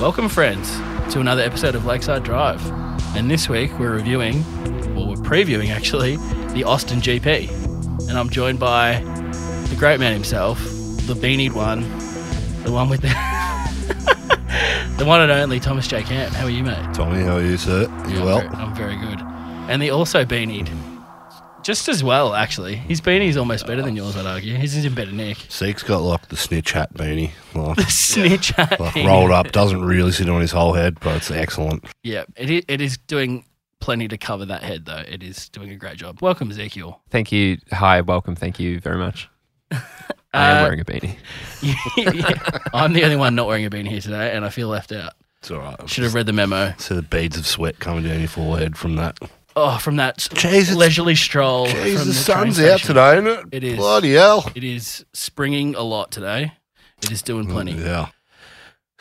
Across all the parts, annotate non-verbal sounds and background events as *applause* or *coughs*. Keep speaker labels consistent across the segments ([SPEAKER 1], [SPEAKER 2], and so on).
[SPEAKER 1] Welcome, friends, to another episode of Lakeside Drive. And this week we're reviewing, well, we're previewing actually, the Austin GP. And I'm joined by the great man himself, the beanied one, the one with the. *laughs* the one and only Thomas J. Camp. How are you, mate?
[SPEAKER 2] Tommy, how are you, sir? You
[SPEAKER 1] I'm
[SPEAKER 2] well?
[SPEAKER 1] very- I'm very good. And the also beanied. Just as well, actually. His beanie's almost better than yours, I'd argue. His is in better nick.
[SPEAKER 2] Zeke's got like the snitch hat beanie,
[SPEAKER 1] *laughs*
[SPEAKER 2] like,
[SPEAKER 1] The snitch hat
[SPEAKER 2] like
[SPEAKER 1] beanie.
[SPEAKER 2] rolled up. Doesn't really sit on his whole head, but it's excellent.
[SPEAKER 1] Yeah, it is, it is doing plenty to cover that head, though. It is doing a great job. Welcome, Ezekiel.
[SPEAKER 3] Thank you. Hi, welcome. Thank you
[SPEAKER 1] *laughs*
[SPEAKER 3] very much. I
[SPEAKER 1] Uh,
[SPEAKER 3] am wearing a beanie.
[SPEAKER 1] I'm the only one not wearing a beanie here today, and I feel left out.
[SPEAKER 2] It's all right.
[SPEAKER 1] Should have read the memo.
[SPEAKER 2] See the beads of sweat coming down your forehead from that.
[SPEAKER 1] Oh, from that s-
[SPEAKER 2] Jeez, it's-
[SPEAKER 1] leisurely stroll.
[SPEAKER 2] Jeez,
[SPEAKER 1] from train
[SPEAKER 2] the sun's out
[SPEAKER 1] station.
[SPEAKER 2] today, isn't it?
[SPEAKER 1] It is.
[SPEAKER 2] Bloody hell.
[SPEAKER 1] It is springing a lot today. It is doing plenty.
[SPEAKER 2] Mm, Yeah.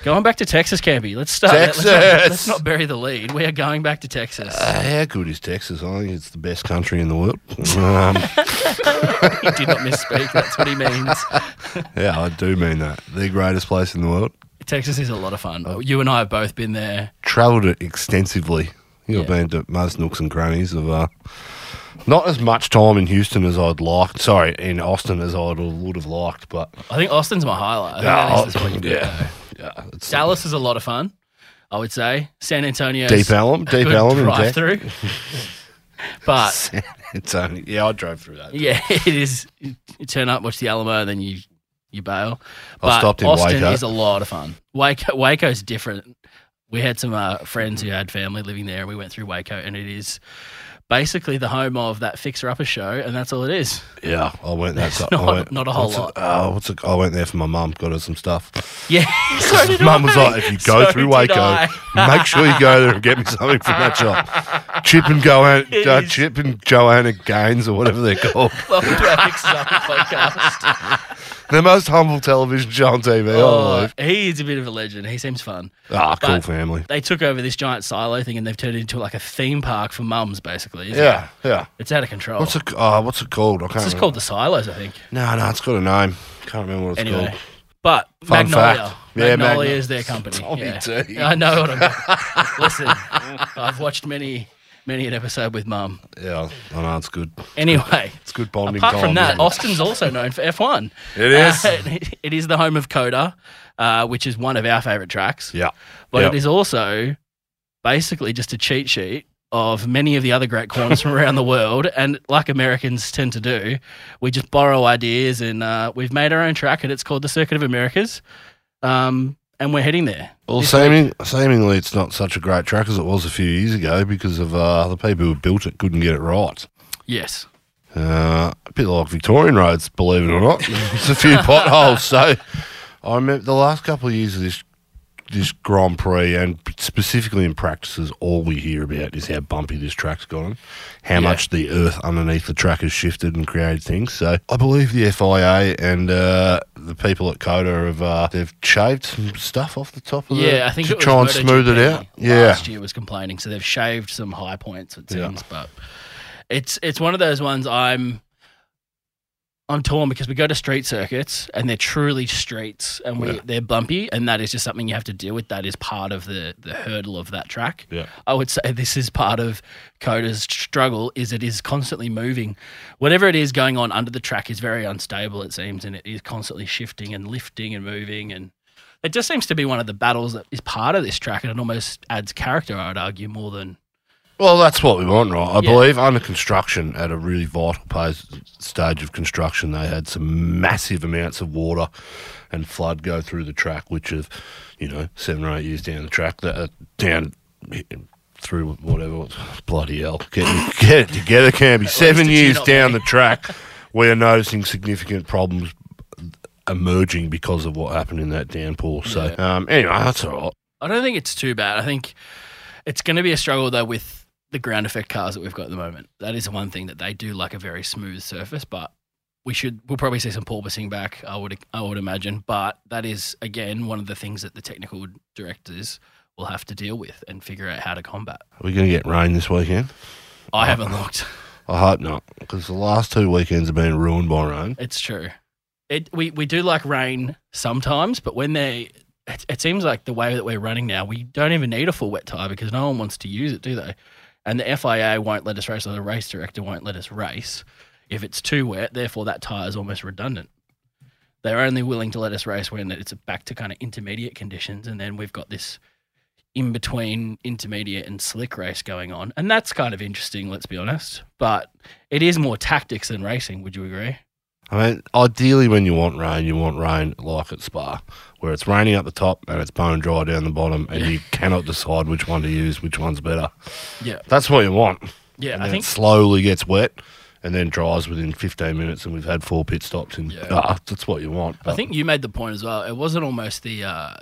[SPEAKER 1] Going back to Texas, Campy. Let's start. there. Let's not- Let's,
[SPEAKER 2] Texas!
[SPEAKER 1] not bury the lead. We are going back to Texas.
[SPEAKER 2] Uh, how good is Texas? I think it's the best country in the world. *laughs* Um,
[SPEAKER 1] he did not misspeak. That's what he means.
[SPEAKER 2] *laughs* yeah, I do mean that. The greatest place in the world.
[SPEAKER 1] Texas is a lot of fun.
[SPEAKER 2] Oh.
[SPEAKER 1] You and I have both been there.
[SPEAKER 2] Travelled it extensively. I think I've
[SPEAKER 1] Yeah.
[SPEAKER 2] been to most nooks and crannies of. Uh, not as much time in Houston as I'd liked. Sorry, in Austin as I would have liked, but Ah,
[SPEAKER 1] I think Austin's my highlight. I think that is the spot you've got to go.
[SPEAKER 2] yeah, yeah. It's
[SPEAKER 1] Dallas is a lot of fun, I would say. San Antonio.
[SPEAKER 2] Deep
[SPEAKER 1] *laughs*
[SPEAKER 2] Ellum, Deep Ellum, and
[SPEAKER 1] drive
[SPEAKER 2] *laughs* Jack.
[SPEAKER 1] through. *laughs* but
[SPEAKER 2] It's only yeah, I drove through that.
[SPEAKER 1] yeah, *laughs* it is. You turn up, watch the Alamo, then you you bail. But
[SPEAKER 2] stopped in
[SPEAKER 1] Austin
[SPEAKER 2] Waco.
[SPEAKER 1] is a lot of fun. Waco Waco's different. We had some uh, friends who had family living there, and we went through Waco, and it is basically the home of that Fixer Upper show, and that's all it is. *laughs*
[SPEAKER 2] Yeah, I went there.
[SPEAKER 1] It's
[SPEAKER 2] I
[SPEAKER 1] not-
[SPEAKER 2] went-
[SPEAKER 1] not a whole
[SPEAKER 2] what's
[SPEAKER 1] lot.
[SPEAKER 2] It, uh, what's it, I went there for my mum. Got her some stuff.
[SPEAKER 1] Yeah, so did
[SPEAKER 2] *laughs* Mum was
[SPEAKER 1] I.
[SPEAKER 2] like, "If you go
[SPEAKER 1] So
[SPEAKER 2] through
[SPEAKER 1] did
[SPEAKER 2] Waco,
[SPEAKER 1] I. *laughs*
[SPEAKER 2] make sure you go there and get me something from that shop." Chip and Joanna,
[SPEAKER 1] It
[SPEAKER 2] uh,
[SPEAKER 1] is-
[SPEAKER 2] Chip and Joanna Gaines, or whatever they're called,
[SPEAKER 1] Welcome to our Fixer Upper podcast.
[SPEAKER 2] the most humble television show on TV.
[SPEAKER 1] Oh,
[SPEAKER 2] Oh,
[SPEAKER 1] he's a bit of a legend. He seems fun.
[SPEAKER 2] ah, cool
[SPEAKER 1] but-
[SPEAKER 2] family.
[SPEAKER 1] They took over this giant silo thing and they've turned it into like a theme park for mums, basically. isn't
[SPEAKER 2] Yeah,
[SPEAKER 1] it?
[SPEAKER 2] yeah.
[SPEAKER 1] It's out of control.
[SPEAKER 2] What's it? Uh, what's it called? I can't.
[SPEAKER 1] this is
[SPEAKER 2] remember.
[SPEAKER 1] called the silos, I think.
[SPEAKER 2] No, no, it's got a name. Can't remember what it's
[SPEAKER 1] Anyway,
[SPEAKER 2] called.
[SPEAKER 1] but
[SPEAKER 2] Fun
[SPEAKER 1] Magnolia.
[SPEAKER 2] fact. Yeah,
[SPEAKER 1] Magnolia
[SPEAKER 2] Magno-
[SPEAKER 1] is their company.
[SPEAKER 2] Tommy
[SPEAKER 1] yeah.
[SPEAKER 2] D.
[SPEAKER 1] I know what
[SPEAKER 2] *laughs*
[SPEAKER 1] I'm. Listen, I've watched many, many an episode with mum.
[SPEAKER 2] Yeah, I know it's good.
[SPEAKER 1] Anyway,
[SPEAKER 2] It's good bonding.
[SPEAKER 1] apart
[SPEAKER 2] time,
[SPEAKER 1] from that,
[SPEAKER 2] isn't it?
[SPEAKER 1] Austin's also known for F1. *laughs*
[SPEAKER 2] It is.
[SPEAKER 1] Uh, it is the home of Coda, uh, which is one of our favorite tracks.
[SPEAKER 2] yeah,
[SPEAKER 1] but
[SPEAKER 2] Yep.
[SPEAKER 1] it is also basically just a cheat sheet of many of the other great corners from around the world. And like Americans tend to do, we just borrow ideas and uh, we've made our own track, and it's called the Circuit of Americas. Um, and we're heading there.
[SPEAKER 2] Well,
[SPEAKER 1] This
[SPEAKER 2] seeming, seemingly it's not such a great track as it was a few years ago because of uh, the people who built it couldn't get it right.
[SPEAKER 1] Yes.
[SPEAKER 2] Uh, a bit like Victorian roads, believe it
[SPEAKER 1] *laughs*
[SPEAKER 2] or not. There's a few potholes. So I remember the last couple of years of this this Grand Prix and specifically in practices, all we hear about is how bumpy this track's gone, how
[SPEAKER 1] Yeah.
[SPEAKER 2] much the earth underneath the track has shifted and created things. So I believe the FIA and uh, the people at Coda have uh, they've shaved some stuff off the top of the
[SPEAKER 1] Yeah, I think
[SPEAKER 2] to
[SPEAKER 1] it was
[SPEAKER 2] try and
[SPEAKER 1] MotoGP
[SPEAKER 2] smooth it out. Yeah,
[SPEAKER 1] last year was complaining, so they've shaved some high points. It
[SPEAKER 2] Yeah.
[SPEAKER 1] seems, but it's it's one of those ones I'm I'm torn because we go to street circuits and they're truly streets and we
[SPEAKER 2] Yeah.
[SPEAKER 1] they're bumpy and that is just something you have to deal with. That is part of the the hurdle of that track.
[SPEAKER 2] Yeah.
[SPEAKER 1] I would say this is part of Coda's struggle is it is constantly moving. Whatever it is going on under the track is very unstable it seems and it is constantly shifting and lifting and moving and it just seems to be one of the battles that is part of this track and it almost adds character I would argue more than
[SPEAKER 2] Well, that's what we want, right? I
[SPEAKER 1] Yeah.
[SPEAKER 2] believe under construction, at a really vital pos- stage of construction, they had some massive amounts of water and flood go through the track, which have, you know, seven or eight years down the track, that uh, down through whatever, bloody hell, get, get it *laughs* together, can be seven
[SPEAKER 1] did you
[SPEAKER 2] years
[SPEAKER 1] not
[SPEAKER 2] down the track, we are noticing significant problems emerging because of what happened in that downpour. So, um, anyway, that's all right.
[SPEAKER 1] I don't think it's too bad. I think it's going to be a struggle though with the ground effect cars that we've got at the moment. That is one thing that they do like a very smooth surface, but we should we'll probably see some porpoising back. I would I would imagine, but that is again one of the things that the technical directors will have to deal with and figure out how to combat.
[SPEAKER 2] Are we going to get rain this weekend?
[SPEAKER 1] I haven't looked.
[SPEAKER 2] I hope not, because the last two weekends have been ruined by rain.
[SPEAKER 1] It's true. It we we do like rain sometimes, but when they it, it seems like the way that we're running now, we don't even need a full wet tire because no one wants to use it, do they? And the FIA won't let us race, or the race director won't let us race if it's too wet. Therefore, that tire is almost redundant. They're only willing to let us race when it's back to kind of intermediate conditions, and then we've got this in between intermediate and slick race going on, and that's kind of interesting. Let's be honest, but it is more tactics than racing. Would you agree?
[SPEAKER 2] I mean, ideally, when you want rain, you want rain like at Spa, where it's raining up the top and it's bone dry down the bottom, and you cannot decide which one to use, which one's better.
[SPEAKER 1] Yeah,
[SPEAKER 2] That's what you want.
[SPEAKER 1] yeah.
[SPEAKER 2] And
[SPEAKER 1] I
[SPEAKER 2] then
[SPEAKER 1] think
[SPEAKER 2] it slowly gets wet and then dries within 15 minutes, and we've had four pit stops. And
[SPEAKER 1] Yeah.
[SPEAKER 2] Ah, that's what you want.
[SPEAKER 1] I think you made the point as well. It wasn't almost the uh,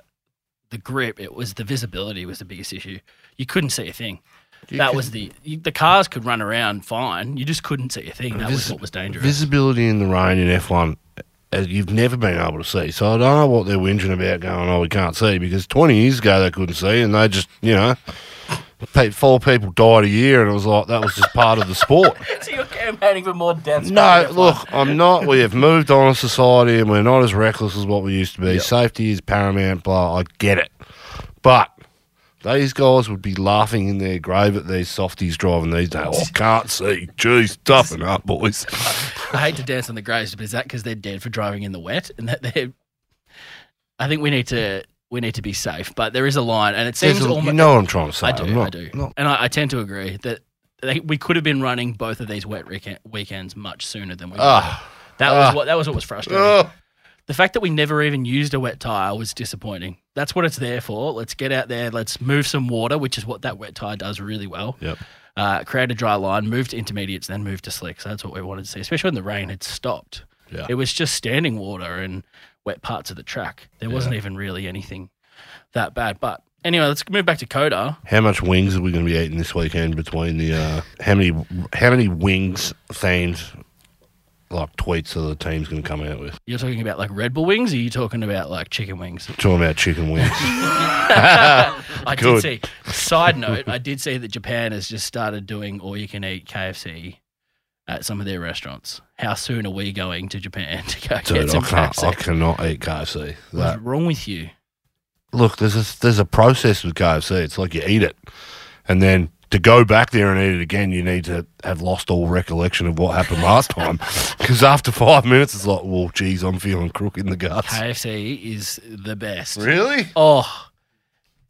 [SPEAKER 1] the grip; it was the visibility was the biggest issue. You couldn't see a thing. that was the you, the cars could run around fine. You just couldn't see a thing. That was
[SPEAKER 2] Visi-
[SPEAKER 1] what was dangerous.
[SPEAKER 2] visibility in the rain in F1. uh, You've never been able to see, so I don't know what they're whinging about. Going, oh, we can't see because twenty years ago they couldn't see, and they just, you know, pe- four people died a year, and it was like that was just part of the sport.
[SPEAKER 1] so *laughs* you're campaigning for more deaths.
[SPEAKER 2] No, look, I'm not. We have moved on as society, and we're not as reckless as what we used to be. Safety is paramount. Blah, I get it, but these guys would be laughing in their grave at these softies driving these days. Oh, can't see. Jeez, toughen up, boys.
[SPEAKER 1] I hate to dance on the graves, but is that because they're dead for driving in the wet? And that they, I think we need to we need to be safe. But there is a line, and it seems
[SPEAKER 2] There's a-
[SPEAKER 1] almost
[SPEAKER 2] you know what I'm trying to say.
[SPEAKER 1] I do,
[SPEAKER 2] I'm not-
[SPEAKER 1] I do,
[SPEAKER 2] not-
[SPEAKER 1] and I, I tend to agree that. They, we could have been running both of these wet weekend, weekends much sooner than we. were.
[SPEAKER 2] Ah,
[SPEAKER 1] that
[SPEAKER 2] ah.
[SPEAKER 1] was what that was what was frustrating.
[SPEAKER 2] ah.
[SPEAKER 1] The fact that we never even used a wet tire was disappointing. That's what it's there for. Let's get out there. Let's move some water, which is what that wet tire does really well.
[SPEAKER 2] Yep.
[SPEAKER 1] Uh, create a dry line, move to intermediates, then move to slicks. That's what we wanted to see, especially when the rain had stopped.
[SPEAKER 2] Yeah.
[SPEAKER 1] It was just standing water and wet parts of the track. There wasn't even really anything that bad. But anyway, let's move back to Coda.
[SPEAKER 2] How much wings are we going to be eating this weekend between the uh, how many how many wings themed like tweets are the team's going to come out with?
[SPEAKER 1] You're talking about like Red Bull wings, or are you talking about like chicken wings?
[SPEAKER 2] *laughs* Talking about chicken wings.
[SPEAKER 1] *laughs* I
[SPEAKER 2] Good.
[SPEAKER 1] did see. Side note: I did see that Japan has just started doing all-you-can-eat KFC at some of their restaurants. How soon are we going to Japan *laughs* to go get
[SPEAKER 2] Dude, I
[SPEAKER 1] some
[SPEAKER 2] can't. I
[SPEAKER 1] KFC?
[SPEAKER 2] cannot eat KFC.
[SPEAKER 1] What's
[SPEAKER 2] That-
[SPEAKER 1] wrong with you?
[SPEAKER 2] look, there's a, there's a process with KFC. It's like you eat it, and then to go back there and eat it again, you need to have lost all recollection of what happened
[SPEAKER 1] *laughs*
[SPEAKER 2] last time. Because after five minutes, it's like, well, geez, I'm feeling crook in the guts.
[SPEAKER 1] KFC is the best.
[SPEAKER 2] Really? Uh,
[SPEAKER 1] Oh,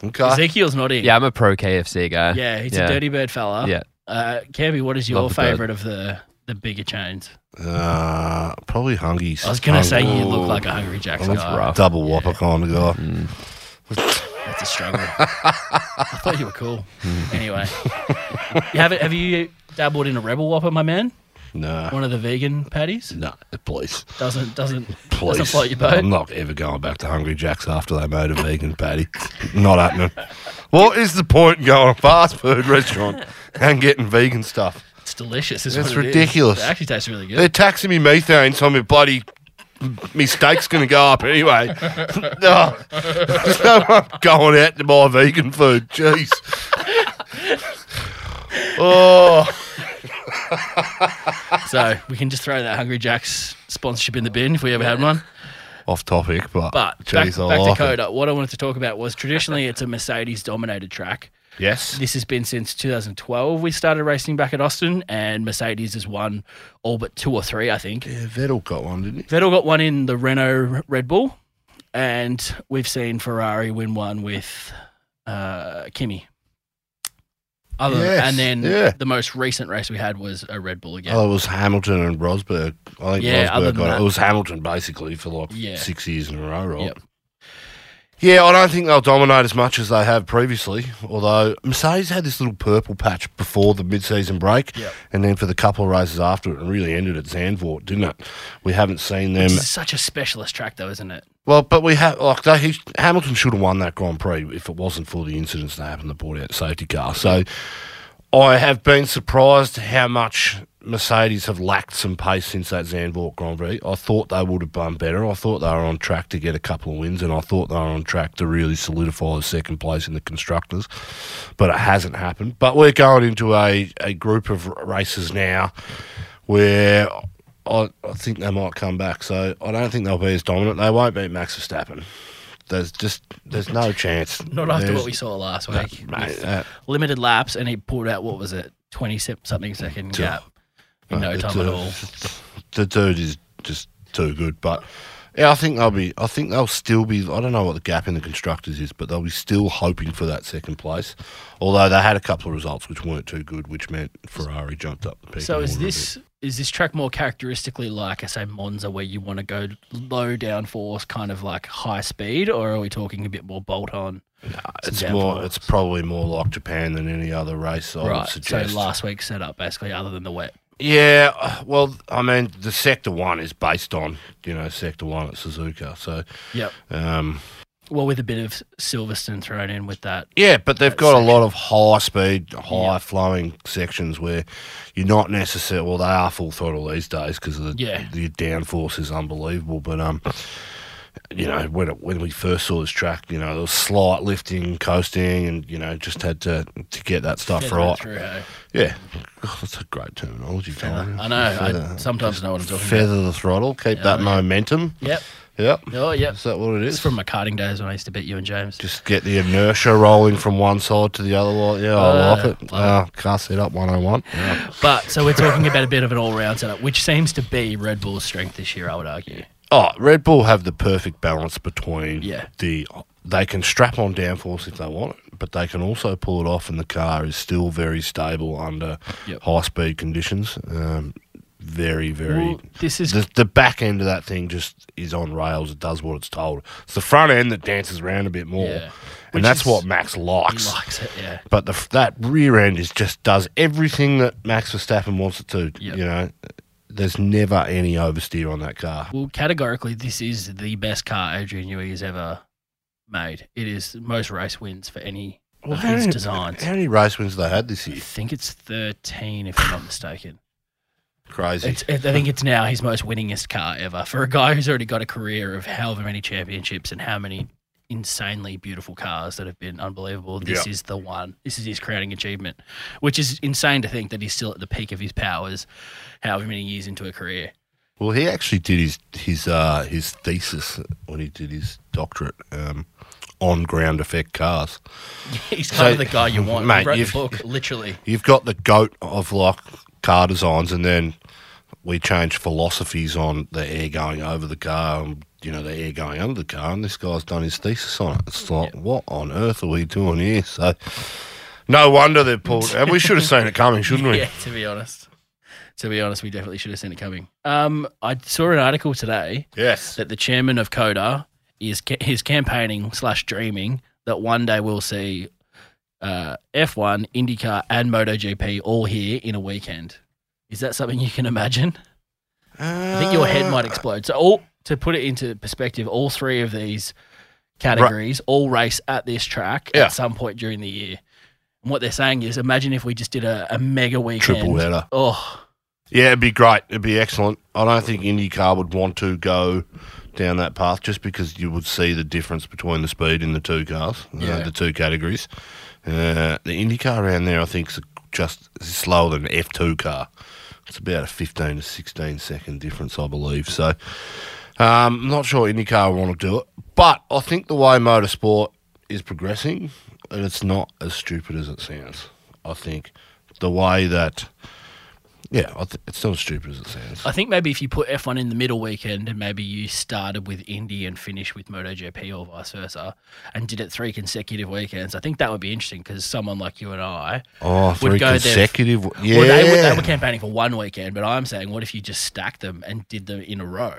[SPEAKER 2] Okay.
[SPEAKER 1] Ezekiel's not in.
[SPEAKER 3] Yeah, I'm a pro KFC guy.
[SPEAKER 1] yeah, he's
[SPEAKER 3] Yeah.
[SPEAKER 1] a dirty bird fella.
[SPEAKER 3] Yeah.
[SPEAKER 1] uh, Camby, what is your
[SPEAKER 3] Love the bird.
[SPEAKER 1] favorite of the the bigger chains?
[SPEAKER 2] Uh, probably hungies.
[SPEAKER 1] I was gonna say you
[SPEAKER 3] Ooh.
[SPEAKER 1] look like a Hungry Jack's
[SPEAKER 2] That's
[SPEAKER 1] guy.
[SPEAKER 3] rough.
[SPEAKER 2] double whopper kind of guy.
[SPEAKER 1] That's a
[SPEAKER 2] *laughs*
[SPEAKER 1] struggle. I thought you were cool. Anyway, you have, have you dabbled in a Rebel Whopper, my man?
[SPEAKER 2] No,
[SPEAKER 1] one of the vegan patties
[SPEAKER 2] no, please,
[SPEAKER 1] doesn't doesn't
[SPEAKER 2] please. Um,
[SPEAKER 1] doesn't float your boat.
[SPEAKER 2] I'm not ever going back to Hungry Jack's after they made a vegan patty. not happening. What is the point in going to a fast food restaurant and getting vegan stuff?
[SPEAKER 1] It's delicious. Is
[SPEAKER 2] That's
[SPEAKER 1] what it is.
[SPEAKER 2] ridiculous.
[SPEAKER 1] It actually tastes really good.
[SPEAKER 2] They're taxing me methane, so my bloody my steak's going to go up anyway. *laughs* no, so I'm going out to buy vegan food. Jeez. oh.
[SPEAKER 1] so we can just throw that Hungry Jack's sponsorship in the bin if we ever had one.
[SPEAKER 2] off topic, but,
[SPEAKER 1] But
[SPEAKER 2] geez, I
[SPEAKER 1] back, back
[SPEAKER 2] like
[SPEAKER 1] to
[SPEAKER 2] it.
[SPEAKER 1] Coda. What I wanted to talk about was traditionally it's a Mercedes dominated track.
[SPEAKER 2] Yes,
[SPEAKER 1] This has been since 2012 we started racing back at Austin, and Mercedes has won all but two or three, I think.
[SPEAKER 2] yeah, Vettel got one, didn't he?
[SPEAKER 1] Vettel got one in the Renault Red Bull, and we've seen Ferrari win one with uh, Kimi. Other
[SPEAKER 2] Yes,
[SPEAKER 1] and then
[SPEAKER 2] yeah.
[SPEAKER 1] the most recent race we had was a Red Bull again.
[SPEAKER 2] Oh, it was Hamilton and Rosberg. I think
[SPEAKER 1] Yeah, other
[SPEAKER 2] Rosberg
[SPEAKER 1] than
[SPEAKER 2] got
[SPEAKER 1] that-
[SPEAKER 2] it. It was Hamilton basically for like
[SPEAKER 1] Yeah.
[SPEAKER 2] six years in a row, right?
[SPEAKER 1] Yep.
[SPEAKER 2] Yeah, I don't think they'll dominate as much as they have previously. Although Mercedes had this little purple patch before the mid-season break,
[SPEAKER 1] Yep.
[SPEAKER 2] and then for the couple of races after it, it really ended at Zandvoort, didn't it? We haven't seen them.
[SPEAKER 1] This is such a specialist track, though, isn't it?
[SPEAKER 2] Well, but we have like they, he, Hamilton should have won that Grand Prix if it wasn't for the incidents that happened, the brought out safety car. So I have been surprised how much Mercedes have lacked some pace since that Zandvoort Grand Prix. I thought they would have done better. I thought they were on track to get a couple of wins, and I thought they were on track to really solidify the second place in the constructors. But it hasn't happened. But we're going into a, a group of r- races now where I, I think they might come back. So I don't think they'll be as dominant. They won't beat Max Verstappen. There's just there's no chance.
[SPEAKER 1] Not after
[SPEAKER 2] There's-
[SPEAKER 1] what we saw last
[SPEAKER 2] no,
[SPEAKER 1] week.
[SPEAKER 2] mate, uh,
[SPEAKER 1] with
[SPEAKER 2] that-
[SPEAKER 1] limited laps, and he pulled out what was it, twenty se- something second
[SPEAKER 2] Yeah.
[SPEAKER 1] gap in
[SPEAKER 2] mate,
[SPEAKER 1] no
[SPEAKER 2] Uh, the
[SPEAKER 1] time at
[SPEAKER 2] dude-
[SPEAKER 1] all.
[SPEAKER 2] *laughs* The dude is just too good, but. Yeah, I think they'll be. I think they'll still be. I don't know what the gap in the constructors is, but they'll be still hoping for that second place. Although they had a couple of results which weren't too good, which meant Ferrari jumped up the peak.
[SPEAKER 1] So
[SPEAKER 2] in
[SPEAKER 1] is
[SPEAKER 2] order a
[SPEAKER 1] this is this track more characteristically like I say Monza, where you want to go low downforce, kind of like high speed, or are we talking a bit more bolt on?
[SPEAKER 2] bit. It's
[SPEAKER 1] downfall?
[SPEAKER 2] more. It's probably more like Japan than any other race. I
[SPEAKER 1] right.
[SPEAKER 2] would suggest.
[SPEAKER 1] So last week's setup, basically, other than the wet.
[SPEAKER 2] Yeah, uh, well, I mean, the sector one is based on you know sector one at Suzuka. So
[SPEAKER 1] Yep.
[SPEAKER 2] um,
[SPEAKER 1] Well, with a bit of Silverstone thrown in with that.
[SPEAKER 2] yeah, but they've
[SPEAKER 1] That
[SPEAKER 2] got
[SPEAKER 1] section.
[SPEAKER 2] a lot of high speed, high
[SPEAKER 1] Yeah.
[SPEAKER 2] flowing sections where you're not necessarily. Well, they are full throttle these days because the
[SPEAKER 1] Yeah.
[SPEAKER 2] the downforce is unbelievable. But um, you know, when it, when we first saw this track, you know, there was slight lifting, coasting, and you know, just had to to get that stuff
[SPEAKER 1] feather
[SPEAKER 2] right.
[SPEAKER 1] through, hey?
[SPEAKER 2] Yeah, Oh, that's a great terminology.
[SPEAKER 1] Feather.
[SPEAKER 2] Colin.
[SPEAKER 1] I know. I
[SPEAKER 2] Feather.
[SPEAKER 1] sometimes know what I'm talking about.
[SPEAKER 2] Feather the throttle, keep
[SPEAKER 1] Yeah,
[SPEAKER 2] that
[SPEAKER 1] yeah.
[SPEAKER 2] momentum.
[SPEAKER 1] Yep.
[SPEAKER 2] Yep.
[SPEAKER 1] Oh, yep.
[SPEAKER 2] Is that what it
[SPEAKER 1] It's
[SPEAKER 2] is?
[SPEAKER 1] from my karting days when I used to beat you and James.
[SPEAKER 2] Just get the inertia rolling from one side to the other. Like, yeah, I
[SPEAKER 1] Uh,
[SPEAKER 2] like it.
[SPEAKER 1] love
[SPEAKER 2] Uh, car setup 101. Yeah.
[SPEAKER 1] But so we're talking about a bit of an all-round setup, which seems to be Red Bull's strength this year. I would argue.
[SPEAKER 2] Oh, Red Bull have the perfect balance between
[SPEAKER 1] Yeah.
[SPEAKER 2] the. They can strap on downforce if they want it, but they can also pull it off, and the car is still very stable under
[SPEAKER 1] Yep.
[SPEAKER 2] high speed conditions. Um, very, very.
[SPEAKER 1] Well, this is
[SPEAKER 2] the, the back end of that thing just is on rails. It does what it's told. It's the front end that dances around a bit more,
[SPEAKER 1] Yeah.
[SPEAKER 2] and
[SPEAKER 1] Which
[SPEAKER 2] that's
[SPEAKER 1] is-
[SPEAKER 2] what Max
[SPEAKER 1] he
[SPEAKER 2] likes.
[SPEAKER 1] likes it. Yeah.
[SPEAKER 2] But the, f- that rear end is just does everything that Max Verstappen wants it to.
[SPEAKER 1] Yep.
[SPEAKER 2] You know, there's never any oversteer on that car.
[SPEAKER 1] Well, categorically, this is the best car Adrian Newey E has ever made. It is most race wins for any
[SPEAKER 2] Well,
[SPEAKER 1] of
[SPEAKER 2] how
[SPEAKER 1] his
[SPEAKER 2] many-
[SPEAKER 1] designs.
[SPEAKER 2] How many race wins they had this
[SPEAKER 1] I
[SPEAKER 2] year?
[SPEAKER 1] think it's 13, if I'm not mistaken.
[SPEAKER 2] *laughs* Crazy.
[SPEAKER 1] It's, I think it's now his most winningest car ever for a guy who's already got a career of however many championships and how many insanely beautiful cars that have been unbelievable. This
[SPEAKER 2] Yeah.
[SPEAKER 1] is the one. This is his crowning achievement, which is insane to think that he's still at the peak of his powers, however many years into a career. *laughs*
[SPEAKER 2] Well, he actually did his his uh, his thesis when he did his doctorate um, on ground effect cars.
[SPEAKER 1] He's kind of
[SPEAKER 2] So-
[SPEAKER 1] the guy you want.
[SPEAKER 2] Mate,
[SPEAKER 1] he wrote the
[SPEAKER 2] you've-
[SPEAKER 1] book, literally.
[SPEAKER 2] You've got the goat of like car designs, and then we change philosophies on the air going over the car, and, you know, the air going under the car, and this guy's done his thesis on it. It's like, what on earth are we doing here? So, no wonder they're pulled. and we should have seen it coming, shouldn't
[SPEAKER 1] *laughs*
[SPEAKER 2] we?
[SPEAKER 1] Yeah, to be honest. To be honest, we definitely should have seen it coming. Um, I saw an article today
[SPEAKER 2] Yes.
[SPEAKER 1] that the chairman of Coda is ca- is campaigning slash dreaming that one day we'll see uh, F1, IndyCar, and MotoGP all here in a weekend. Is that something you can imagine? I think your head
[SPEAKER 2] Ah.
[SPEAKER 1] might explode. So, all to put it into perspective, all three of these categories all race at this track
[SPEAKER 2] Yeah.
[SPEAKER 1] at some point during the year. And what they're saying is, imagine if we just did a, a mega weekend.
[SPEAKER 2] Triple header.
[SPEAKER 1] Oh,
[SPEAKER 2] Yeah, it'd be great. It'd be excellent. I don't think IndyCar would want to go down that path just because you would see the difference between the speed in the two cars, uh,
[SPEAKER 1] Yeah.
[SPEAKER 2] the two categories. Uh, the IndyCar around there, I think, is just slower than an F2 car. It's about a 15 to 16 second difference, I believe. So um, I'm not sure IndyCar will want to do it. But I think the way motorsport is progressing, and it's not as stupid as it sounds. I think the way that. Yeah, I th- it's not as stupid as it sounds.
[SPEAKER 1] I think maybe if you put F1 in the middle weekend and maybe you started with Indy and finished with MotoGP or vice versa and did it three consecutive weekends, I think that would be interesting because someone like you and I,
[SPEAKER 2] Oh, three
[SPEAKER 1] go there f-
[SPEAKER 2] consecutive. yeah,
[SPEAKER 1] well, they, were, they were campaigning for one weekend, but I'm saying, what if you just stacked them and did them in a row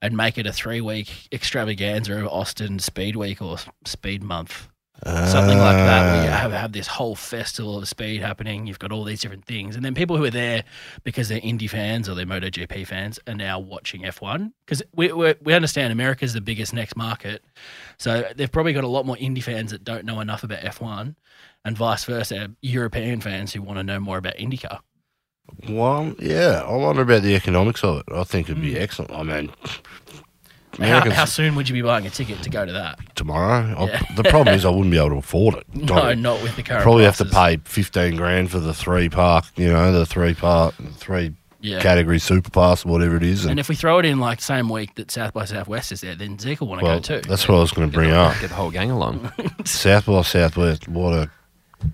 [SPEAKER 1] and make it a three week extravaganza of Austin Speed Week or s- Speed Month? something like that where you
[SPEAKER 2] Uh.
[SPEAKER 1] have, have this whole festival of speed happening you've got all these different things and then people who are there because they're indie fans or they're MotoGP fans are now watching F1 because we, we, we understand America's the biggest next market so they've probably got a lot more indie fans that don't know enough about F1 and vice versa European fans who want to know more about IndyCar
[SPEAKER 2] Well, Uh, yeah, I wonder about the economics of it. I think it'd be excellent. I mean,
[SPEAKER 1] how,
[SPEAKER 2] Americans
[SPEAKER 1] Hmm. how soon would you be buying a ticket to go to
[SPEAKER 2] *laughs*
[SPEAKER 1] that
[SPEAKER 2] tomorrow. I-
[SPEAKER 1] Yeah.
[SPEAKER 2] the
[SPEAKER 1] *laughs*
[SPEAKER 2] problem is I wouldn't be able to afford it.
[SPEAKER 1] no
[SPEAKER 2] Don't-
[SPEAKER 1] not with the current
[SPEAKER 2] probably have to
[SPEAKER 1] prices.
[SPEAKER 2] pay fifteen grand for the three park. You know, the three park, three
[SPEAKER 1] Yeah.
[SPEAKER 2] category super pass or whatever it is.
[SPEAKER 1] And
[SPEAKER 2] And,
[SPEAKER 1] if we throw it in like same week that South by Southwest is there, then Zeke will want to
[SPEAKER 2] well,
[SPEAKER 1] go too.
[SPEAKER 2] that's what I was going to bring up.
[SPEAKER 3] Get the whole
[SPEAKER 1] *laughs*
[SPEAKER 3] gang along.
[SPEAKER 2] South by Southwest, what a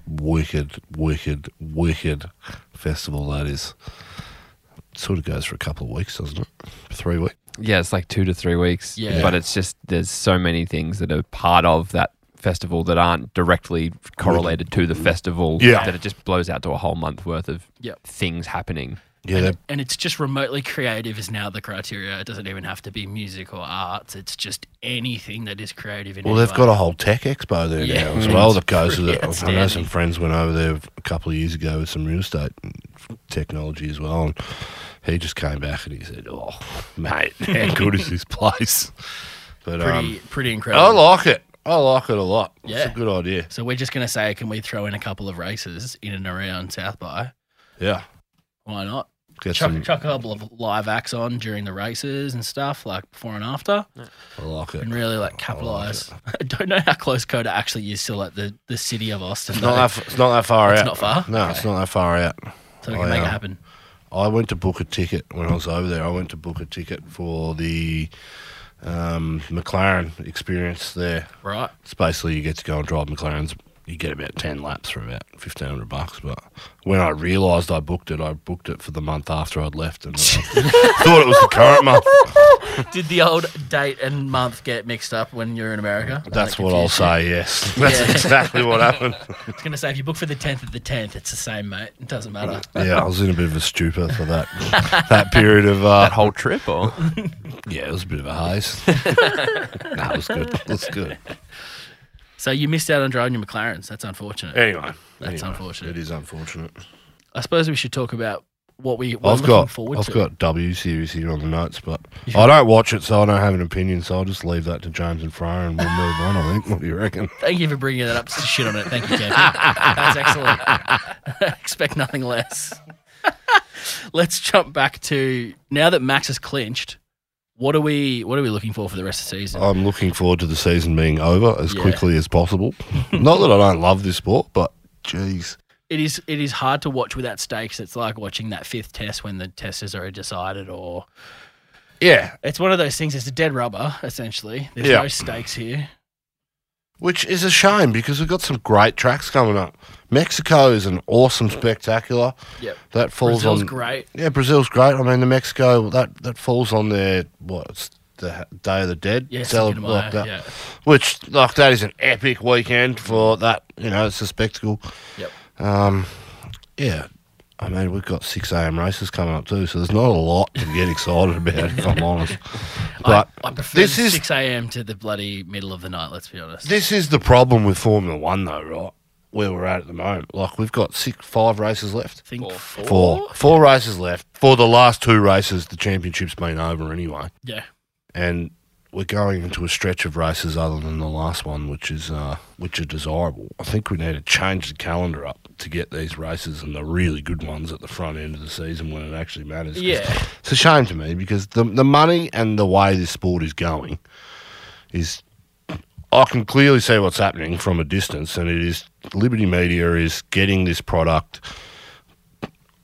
[SPEAKER 2] wicked, wicked, wicked festival that is. Sort of goes for a couple of weeks, doesn't it? Three weeks.
[SPEAKER 3] yeah, it's like two to three weeks.
[SPEAKER 1] Yeah.
[SPEAKER 3] But it's just there's so many things that are part of that festival that aren't directly correlated to the festival
[SPEAKER 2] Yeah.
[SPEAKER 3] that it just blows out to a whole month worth of
[SPEAKER 1] Yep.
[SPEAKER 3] things happening.
[SPEAKER 2] Yeah, that,
[SPEAKER 1] and it's just remotely creative is now the criteria. It doesn't even have to be music or arts. It's just anything that is creative. In
[SPEAKER 2] well,
[SPEAKER 1] any
[SPEAKER 2] they've got
[SPEAKER 1] way.
[SPEAKER 2] a whole tech expo there
[SPEAKER 1] Yeah. *laughs*
[SPEAKER 2] now as
[SPEAKER 1] Mm.
[SPEAKER 2] well
[SPEAKER 1] It's
[SPEAKER 2] that goes
[SPEAKER 1] pretty
[SPEAKER 2] with it. I know some
[SPEAKER 1] outstanding.
[SPEAKER 2] friends went over there a couple of years ago with some real estate technology as well. And he just came back and he said, Oh,
[SPEAKER 1] *laughs*
[SPEAKER 2] mate, how good is this place? But
[SPEAKER 1] pretty
[SPEAKER 2] um,
[SPEAKER 1] pretty
[SPEAKER 2] I
[SPEAKER 1] incredible.
[SPEAKER 2] like it. I like it a lot. It's
[SPEAKER 1] Yeah.
[SPEAKER 2] a good idea.
[SPEAKER 1] so we're just gonna say, can we throw in a couple of races in and around South by?
[SPEAKER 2] Yeah.
[SPEAKER 1] Why not?
[SPEAKER 2] Get
[SPEAKER 1] Chuck,
[SPEAKER 2] some,
[SPEAKER 1] chuck a couple of live acts on during the races and stuff, like before and after,
[SPEAKER 2] I like it.
[SPEAKER 1] and really like capitalize. *laughs* I don't know how close Coda actually is to like the, the city of Austin.
[SPEAKER 2] It's not
[SPEAKER 1] though.
[SPEAKER 2] that. f- It's not that far
[SPEAKER 1] It's
[SPEAKER 2] out.
[SPEAKER 1] not far?
[SPEAKER 2] No, it's not that far out.
[SPEAKER 1] so we
[SPEAKER 2] I,
[SPEAKER 1] can make
[SPEAKER 2] uh,
[SPEAKER 1] it happen.
[SPEAKER 2] I went to book a ticket when I was over there. I went to book a ticket for the um, McLaren experience there.
[SPEAKER 1] Right.
[SPEAKER 2] It's basically you get to go and drive McLarens. You get about ten laps for about fifteen hundred bucks. But when I realised I booked it, I booked it for the month after I'd left, and I
[SPEAKER 1] *laughs*
[SPEAKER 2] thought it was the current month.
[SPEAKER 1] Did the old date and month get mixed up when you're in America?
[SPEAKER 2] That's
[SPEAKER 1] That
[SPEAKER 2] what I'll
[SPEAKER 1] confused you?
[SPEAKER 2] say. Yes, *laughs* that's
[SPEAKER 1] Yeah.
[SPEAKER 2] exactly
[SPEAKER 1] *laughs*
[SPEAKER 2] what happened.
[SPEAKER 1] I was going to say, if you book for the 10th of the 10th, it's the same, mate. It doesn't matter.
[SPEAKER 2] Yeah, I was in a bit of a stupor for that that period of uh,
[SPEAKER 3] That whole trip or
[SPEAKER 2] Yeah, it was a bit of a haze.
[SPEAKER 1] *laughs*
[SPEAKER 2] nah, it was good. It was good.
[SPEAKER 1] So you missed out on driving your McLarens. That's unfortunate.
[SPEAKER 2] Anyway,
[SPEAKER 1] That's
[SPEAKER 2] anyway,
[SPEAKER 1] unfortunate.
[SPEAKER 2] It is unfortunate.
[SPEAKER 1] I suppose we should talk about what we what
[SPEAKER 2] I've
[SPEAKER 1] looking
[SPEAKER 2] got
[SPEAKER 1] forward
[SPEAKER 2] I've
[SPEAKER 1] to.
[SPEAKER 2] got W series here on the notes, but
[SPEAKER 1] You
[SPEAKER 2] I don't watch it, so I don't have an opinion. So I'll just leave that to James and Fryer, and we'll move on. I think. What do
[SPEAKER 1] *laughs*
[SPEAKER 2] you reckon?
[SPEAKER 1] Thank you for bringing that up. Shit on it. Thank
[SPEAKER 2] *laughs*
[SPEAKER 1] you, JP. That's excellent. *laughs* Expect nothing less. *laughs* Let's jump back to now that Max has clinched. What are we What are we looking for for the rest of the season?
[SPEAKER 2] I'm looking forward to the season being over as
[SPEAKER 1] Yeah.
[SPEAKER 2] quickly
[SPEAKER 1] *laughs*
[SPEAKER 2] as possible. Not that I don't love this sport, but jeez,
[SPEAKER 1] It is It is hard to watch without stakes. It's like watching that fifth test when the test is already decided, or
[SPEAKER 2] yeah.
[SPEAKER 1] it's one of those things. It's a dead rubber essentially. There's
[SPEAKER 2] Yeah.
[SPEAKER 1] no stakes here.
[SPEAKER 2] Which is a shame because we've got some great tracks coming up. Mexico is an awesome spectacular.
[SPEAKER 1] Yep.
[SPEAKER 2] That falls
[SPEAKER 1] Brazil's
[SPEAKER 2] on
[SPEAKER 1] great.
[SPEAKER 2] Yeah, Brazil's great. I mean, the Mexico that that falls on their what it's the ha- Day of the Dead,
[SPEAKER 1] Yes,
[SPEAKER 2] celeb-
[SPEAKER 1] Cinco de Mayo,
[SPEAKER 2] like that.
[SPEAKER 1] yeah.
[SPEAKER 2] which like that is an epic weekend for that. You know, it's a spectacle.
[SPEAKER 1] Yep.
[SPEAKER 2] Um, yeah, I mean, we've got six AM races coming up too, so there's not a lot to get excited about,
[SPEAKER 1] *laughs*
[SPEAKER 2] if I'm honest. But
[SPEAKER 1] I, I prefer
[SPEAKER 2] this
[SPEAKER 1] the
[SPEAKER 2] is
[SPEAKER 1] 6 a.m. to the bloody middle of the night, let's be honest.
[SPEAKER 2] this is the problem with Formula One, though, right? Where we're at at the moment, like we've got six, five races left.
[SPEAKER 1] I think
[SPEAKER 3] Four.
[SPEAKER 1] four.
[SPEAKER 2] Four, four races left. For the last two races, the championship's been over anyway.
[SPEAKER 1] Yeah.
[SPEAKER 2] and we're going into a stretch of races other than the last one, which is uh, which are desirable. I think we need to change the calendar up to get these races and the really good ones at the front end of the season when it actually matters. 'Cause
[SPEAKER 1] Yeah.
[SPEAKER 2] it's a shame to me because the the money and the way this sport is going is. I can clearly see what's happening from a distance, and it is Liberty Media is getting this product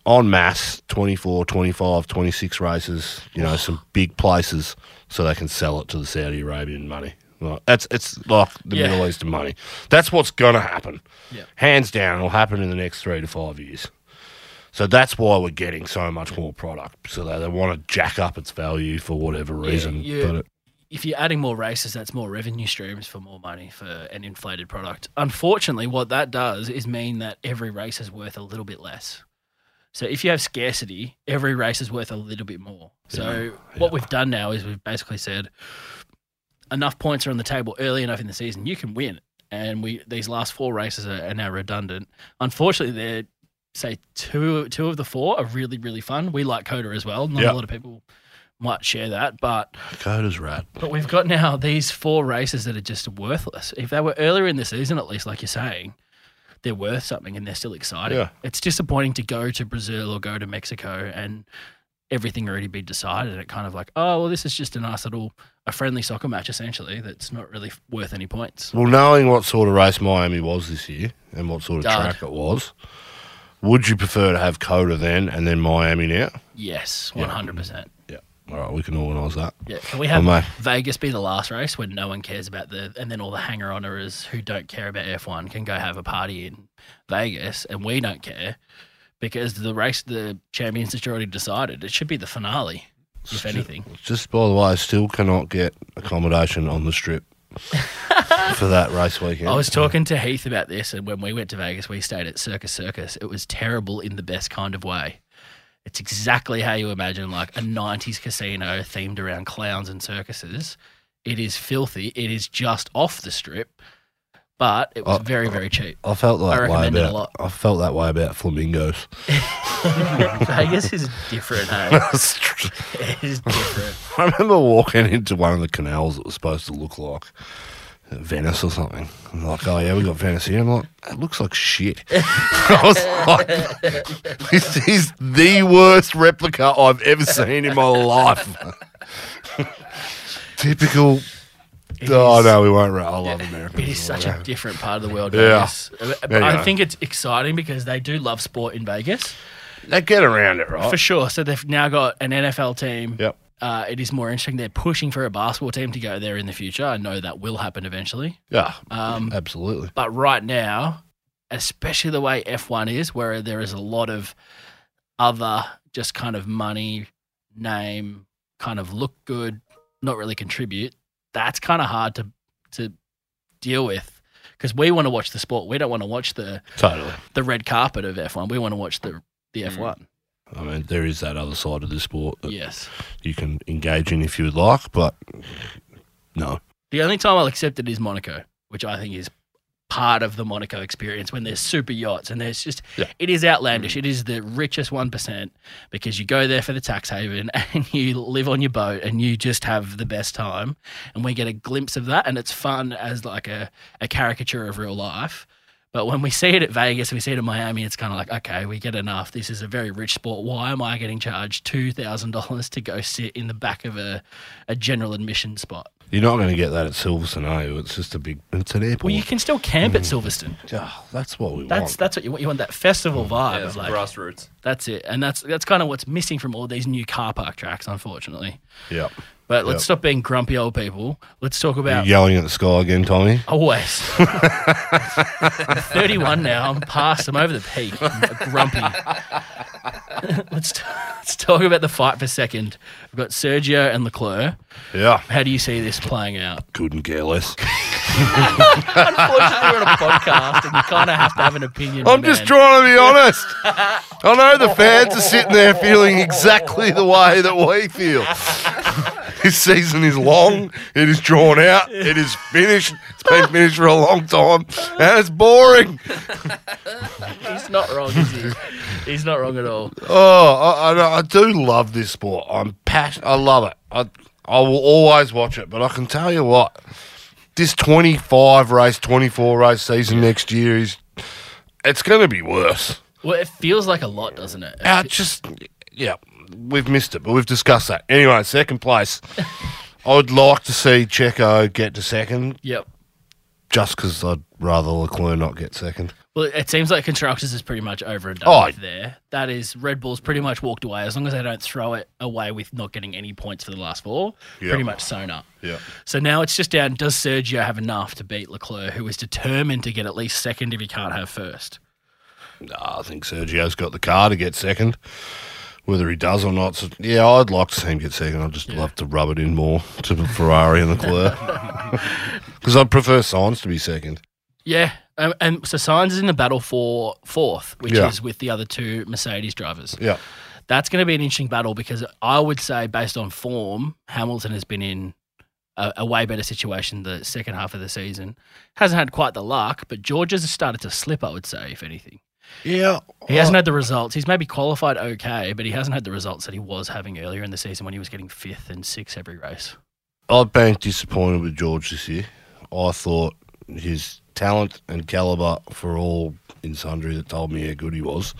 [SPEAKER 2] en masse 24, 25, 26 races, you know, some big places so they can sell it to the Saudi Arabian money. Like, that's it's like the
[SPEAKER 1] Yeah.
[SPEAKER 2] Middle Eastern money. That's what's gonna happen.
[SPEAKER 1] Yeah.
[SPEAKER 2] Hands down, it'll happen in the next three to five years. So that's why we're getting so much more product. So they, they want to jack up its value for whatever reason.
[SPEAKER 1] you-
[SPEAKER 2] but it,
[SPEAKER 1] If you're adding more races, that's more revenue streams for more money for an inflated product. Unfortunately, what that does is mean that every race is worth a little bit less. So if you have scarcity, every race is worth a little bit more. So what we've done now is we've basically said enough points are on the table early enough in the season, you can win. And we these last four races are, are now redundant. Unfortunately, they're say two two of the four are really really fun. We like Coda as well. Not
[SPEAKER 2] Yeah.
[SPEAKER 1] a lot of people might share that, but
[SPEAKER 2] Dakota's rat.
[SPEAKER 1] but we've got now these four races that are just worthless. If they were earlier in the season, at least, like you're saying, they're worth something and they're still exciting.
[SPEAKER 2] Yeah.
[SPEAKER 1] It's disappointing to go to Brazil or go to Mexico and everything already be decided. And it kind of like, oh, well, this is just a nice little, a friendly soccer match, essentially, that's not really f- worth any points.
[SPEAKER 2] Well, knowing what sort of race Miami was this year and what sort of
[SPEAKER 1] Dud.
[SPEAKER 2] track it was, Would you prefer to have Coda then and then Miami now?
[SPEAKER 1] Yes, one hundred percent.
[SPEAKER 2] Yeah. All right, we can organise that.
[SPEAKER 1] Yeah. Can we have
[SPEAKER 2] mate.
[SPEAKER 1] Vegas be the last race when no one cares about the, and then all the hanger oners who don't care about F one can go have a party in Vegas, and we don't care because the race the champions has already decided. It should be the finale, if anything.
[SPEAKER 2] Just by the way, I still cannot get accommodation on
[SPEAKER 1] *laughs*
[SPEAKER 2] the strip for that race weekend.
[SPEAKER 1] I was talking to Heath about this, and when we went to Vegas, we stayed at Circus Circus. It was terrible in the best kind of way. It's exactly how you imagine, like a 90s casino themed around clowns and circuses. It is filthy. It is just off the strip, but it was
[SPEAKER 2] Oh,
[SPEAKER 1] very, very
[SPEAKER 2] *laughs*
[SPEAKER 1] cheap.
[SPEAKER 2] I felt
[SPEAKER 1] I
[SPEAKER 2] that way
[SPEAKER 1] recommend it a
[SPEAKER 2] about.
[SPEAKER 1] lot.
[SPEAKER 2] I felt that way about flamingos.
[SPEAKER 1] *laughs*
[SPEAKER 2] *laughs*
[SPEAKER 1] Vegas is different, hey?
[SPEAKER 2] I
[SPEAKER 1] It is different.
[SPEAKER 2] *laughs* remember walking into one of the canals that was supposed to look like Venice or something. I'm like, oh yeah, we got Venice here. I'm like, it looks like shit. *laughs* I was like, this is the worst replica I've ever seen in my life. *laughs* Typical.
[SPEAKER 1] It
[SPEAKER 2] Oh
[SPEAKER 1] is-
[SPEAKER 2] no, we won't. ra- I love America.
[SPEAKER 1] It is such a different part of the world.
[SPEAKER 2] Yeah.
[SPEAKER 1] Vegas.
[SPEAKER 2] There you
[SPEAKER 1] I
[SPEAKER 2] go.
[SPEAKER 1] think it's exciting because they do love sport in Vegas
[SPEAKER 2] They get around it, right?
[SPEAKER 1] for sure. So they've now got an NFL team.
[SPEAKER 2] Yep.
[SPEAKER 1] uh, it is more interesting. They're pushing for a basketball team to go there in the future. I know that will happen eventually.
[SPEAKER 2] Yeah.
[SPEAKER 1] Um,
[SPEAKER 2] absolutely.
[SPEAKER 1] But right now, especially the way F1 is, where there is a lot of other just kind of money, name, kind of look good, not really contribute, that's kind of hard to, to deal with. Because we want to watch the sport. We don't want to watch the,
[SPEAKER 2] Totally.
[SPEAKER 1] the red carpet of F1. We want to watch the, the
[SPEAKER 3] Mm.
[SPEAKER 1] F1.
[SPEAKER 2] I mean, there is that other side of the sport that
[SPEAKER 1] Yes.
[SPEAKER 2] you can engage in if you would like, but no.
[SPEAKER 1] The only time I'll accept it is Monaco, which I think is part of the Monaco experience when there's super yachts and there's just
[SPEAKER 2] Yeah.
[SPEAKER 1] it is outlandish. It is the richest one percent because you go there for the tax haven *laughs* and you live on your boat and you just have the best time. And we get a glimpse of that and it's fun as like a, a caricature of real life. But when we see it at Vegas, we see it at Miami, it's kind of like, okay, we get enough. This is a very rich sport. Why am I getting charged $2,000 to go sit in the back of a, a general admission spot?
[SPEAKER 2] You're not going to get that at Silverstone, are you? It's just a big, it's an airport.
[SPEAKER 1] Well, you can still camp at Silverstone.
[SPEAKER 2] Ah, that's what we
[SPEAKER 1] That's
[SPEAKER 2] want.
[SPEAKER 1] that's what you want. You want that festival
[SPEAKER 2] Mm.
[SPEAKER 1] vibe.
[SPEAKER 3] Yeah,
[SPEAKER 1] of like,
[SPEAKER 3] grassroots.
[SPEAKER 1] that's it, and that's that's kind of what's missing from all these new car park tracks, unfortunately.
[SPEAKER 2] Yeah.
[SPEAKER 1] But let's
[SPEAKER 2] Yep.
[SPEAKER 1] stop being grumpy old people. Let's talk
[SPEAKER 2] You're
[SPEAKER 1] about
[SPEAKER 2] yelling at the sky again, Tommy.
[SPEAKER 1] always.
[SPEAKER 2] *laughs*
[SPEAKER 1] I'm 31 now. I'm past. I'm over the peak. I'm grumpy. *laughs* let's t- let's talk about the fight for second. We've got Sergio and Leclerc.
[SPEAKER 2] Yeah.
[SPEAKER 1] How do you see this playing out?
[SPEAKER 2] Couldn't
[SPEAKER 1] *laughs*
[SPEAKER 2] care less.
[SPEAKER 1] Unfortunately, we're on a podcast, and we kind of have to have an opinion.
[SPEAKER 2] I'm
[SPEAKER 1] my
[SPEAKER 2] just
[SPEAKER 1] man.
[SPEAKER 2] trying
[SPEAKER 1] *laughs*
[SPEAKER 2] to be honest. I know the fans are sitting there feeling exactly the way that
[SPEAKER 1] *laughs*
[SPEAKER 2] we feel. this season is long, it is drawn out, it is finished, it's been finished for a long time, and it's boring.
[SPEAKER 1] He's not wrong, is he? He's not wrong at all.
[SPEAKER 2] Oh, I, I, I do love this sport. I'm passionate. I love it. I, I will always watch it. But I can tell you what, this 25 race, 24 race season next year is, it's going to be worse.
[SPEAKER 1] Well, it feels like a lot, doesn't it?
[SPEAKER 2] Uh, just, yeah, we've missed it, but we've discussed that. Anyway, second *laughs* place. I would like to see Checo get to second,
[SPEAKER 1] Yep.
[SPEAKER 2] just because I'd rather Leclerc not get second.
[SPEAKER 1] Well, it seems like constructors is pretty much over and done
[SPEAKER 2] Oh,
[SPEAKER 1] with there. That is, Red Bull's pretty much walked away. As long as they don't throw it away with not getting any points for the last four,
[SPEAKER 2] Yeah.
[SPEAKER 1] pretty much sewn up.
[SPEAKER 2] Yeah.
[SPEAKER 1] So now it's just down does Sergio have enough to beat Leclerc, who is determined to get at least second if he can't have first?
[SPEAKER 2] I think Sergio's got the car to get second. Whether he does or not, so- yeah, I'd like to see him get second. I'd just love to rub it in more *laughs* to the Ferrari and Leclerc. Because I'd prefer Sainz to be second.
[SPEAKER 1] Yeah. Um, and so Sainz is in the battle for fourth, which
[SPEAKER 2] Yeah.
[SPEAKER 1] is with the other two Mercedes drivers.
[SPEAKER 2] Yeah.
[SPEAKER 1] that's going to be an interesting battle because I would say, based on form, Hamilton has been in a, a way better situation the second half of the season. Hasn't had quite the luck, but George has started to slip, I would say, if anything.
[SPEAKER 2] Yeah.
[SPEAKER 1] He hasn't had the results. He's maybe qualified okay, but he hasn't had the results that he was having earlier in the season when he was getting fifth and sixth every race.
[SPEAKER 2] I've been disappointed with George this year. I thought his talent and caliber for all in sundry that told me how good he was,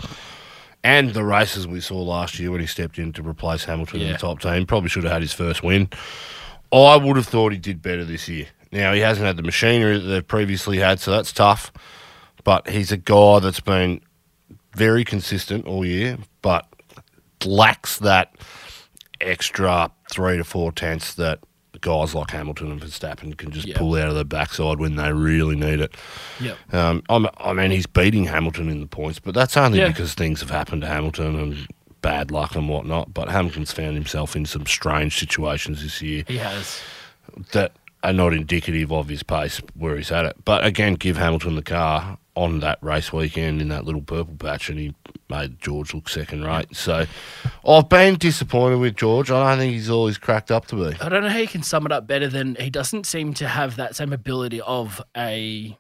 [SPEAKER 2] and the races we saw last year when he stepped in to replace Hamilton in
[SPEAKER 1] Yeah.
[SPEAKER 2] the top team, probably should have had his first win. I would have thought he did better this year. Now he hasn't had the machinery that they've previously had, so that's tough. But he's a guy that's been very consistent all year, but lacks that extra three to four tenths that guys like Hamilton and Verstappen can just
[SPEAKER 1] Yeah.
[SPEAKER 2] pull out of their backside when they really need it.
[SPEAKER 1] Yep.
[SPEAKER 2] Um, I'm, I mean, he's beating Hamilton in the points, but that's only
[SPEAKER 1] Yeah.
[SPEAKER 2] because things have happened to Hamilton and bad luck and whatnot. But Hamilton's found himself in some strange situations this year
[SPEAKER 1] He has.
[SPEAKER 2] that are not indicative of his pace where he's at it. But again, give Hamilton the car on that race weekend in that little purple patch, and he made George look second rate. So I've been disappointed with George. I don't think he's always cracked up to be.
[SPEAKER 1] I don't know how you can sum it up better than he doesn't seem to have that same ability of a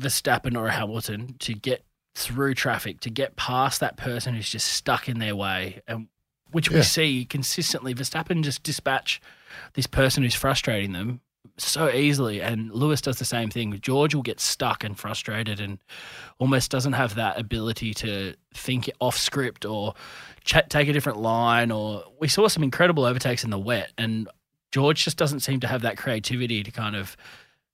[SPEAKER 1] Verstappen or a Hamilton to get through traffic, to get past that person who's just stuck in their way, and which
[SPEAKER 2] Yeah.
[SPEAKER 1] we see consistently. Verstappen just dispatch this person who's frustrating them so easily, and Lewis does the same thing. George will get stuck and frustrated, and almost doesn't have that ability to think off script or ch- take a different line. Or we saw some incredible overtakes in the wet, and George just doesn't seem to have that creativity to kind of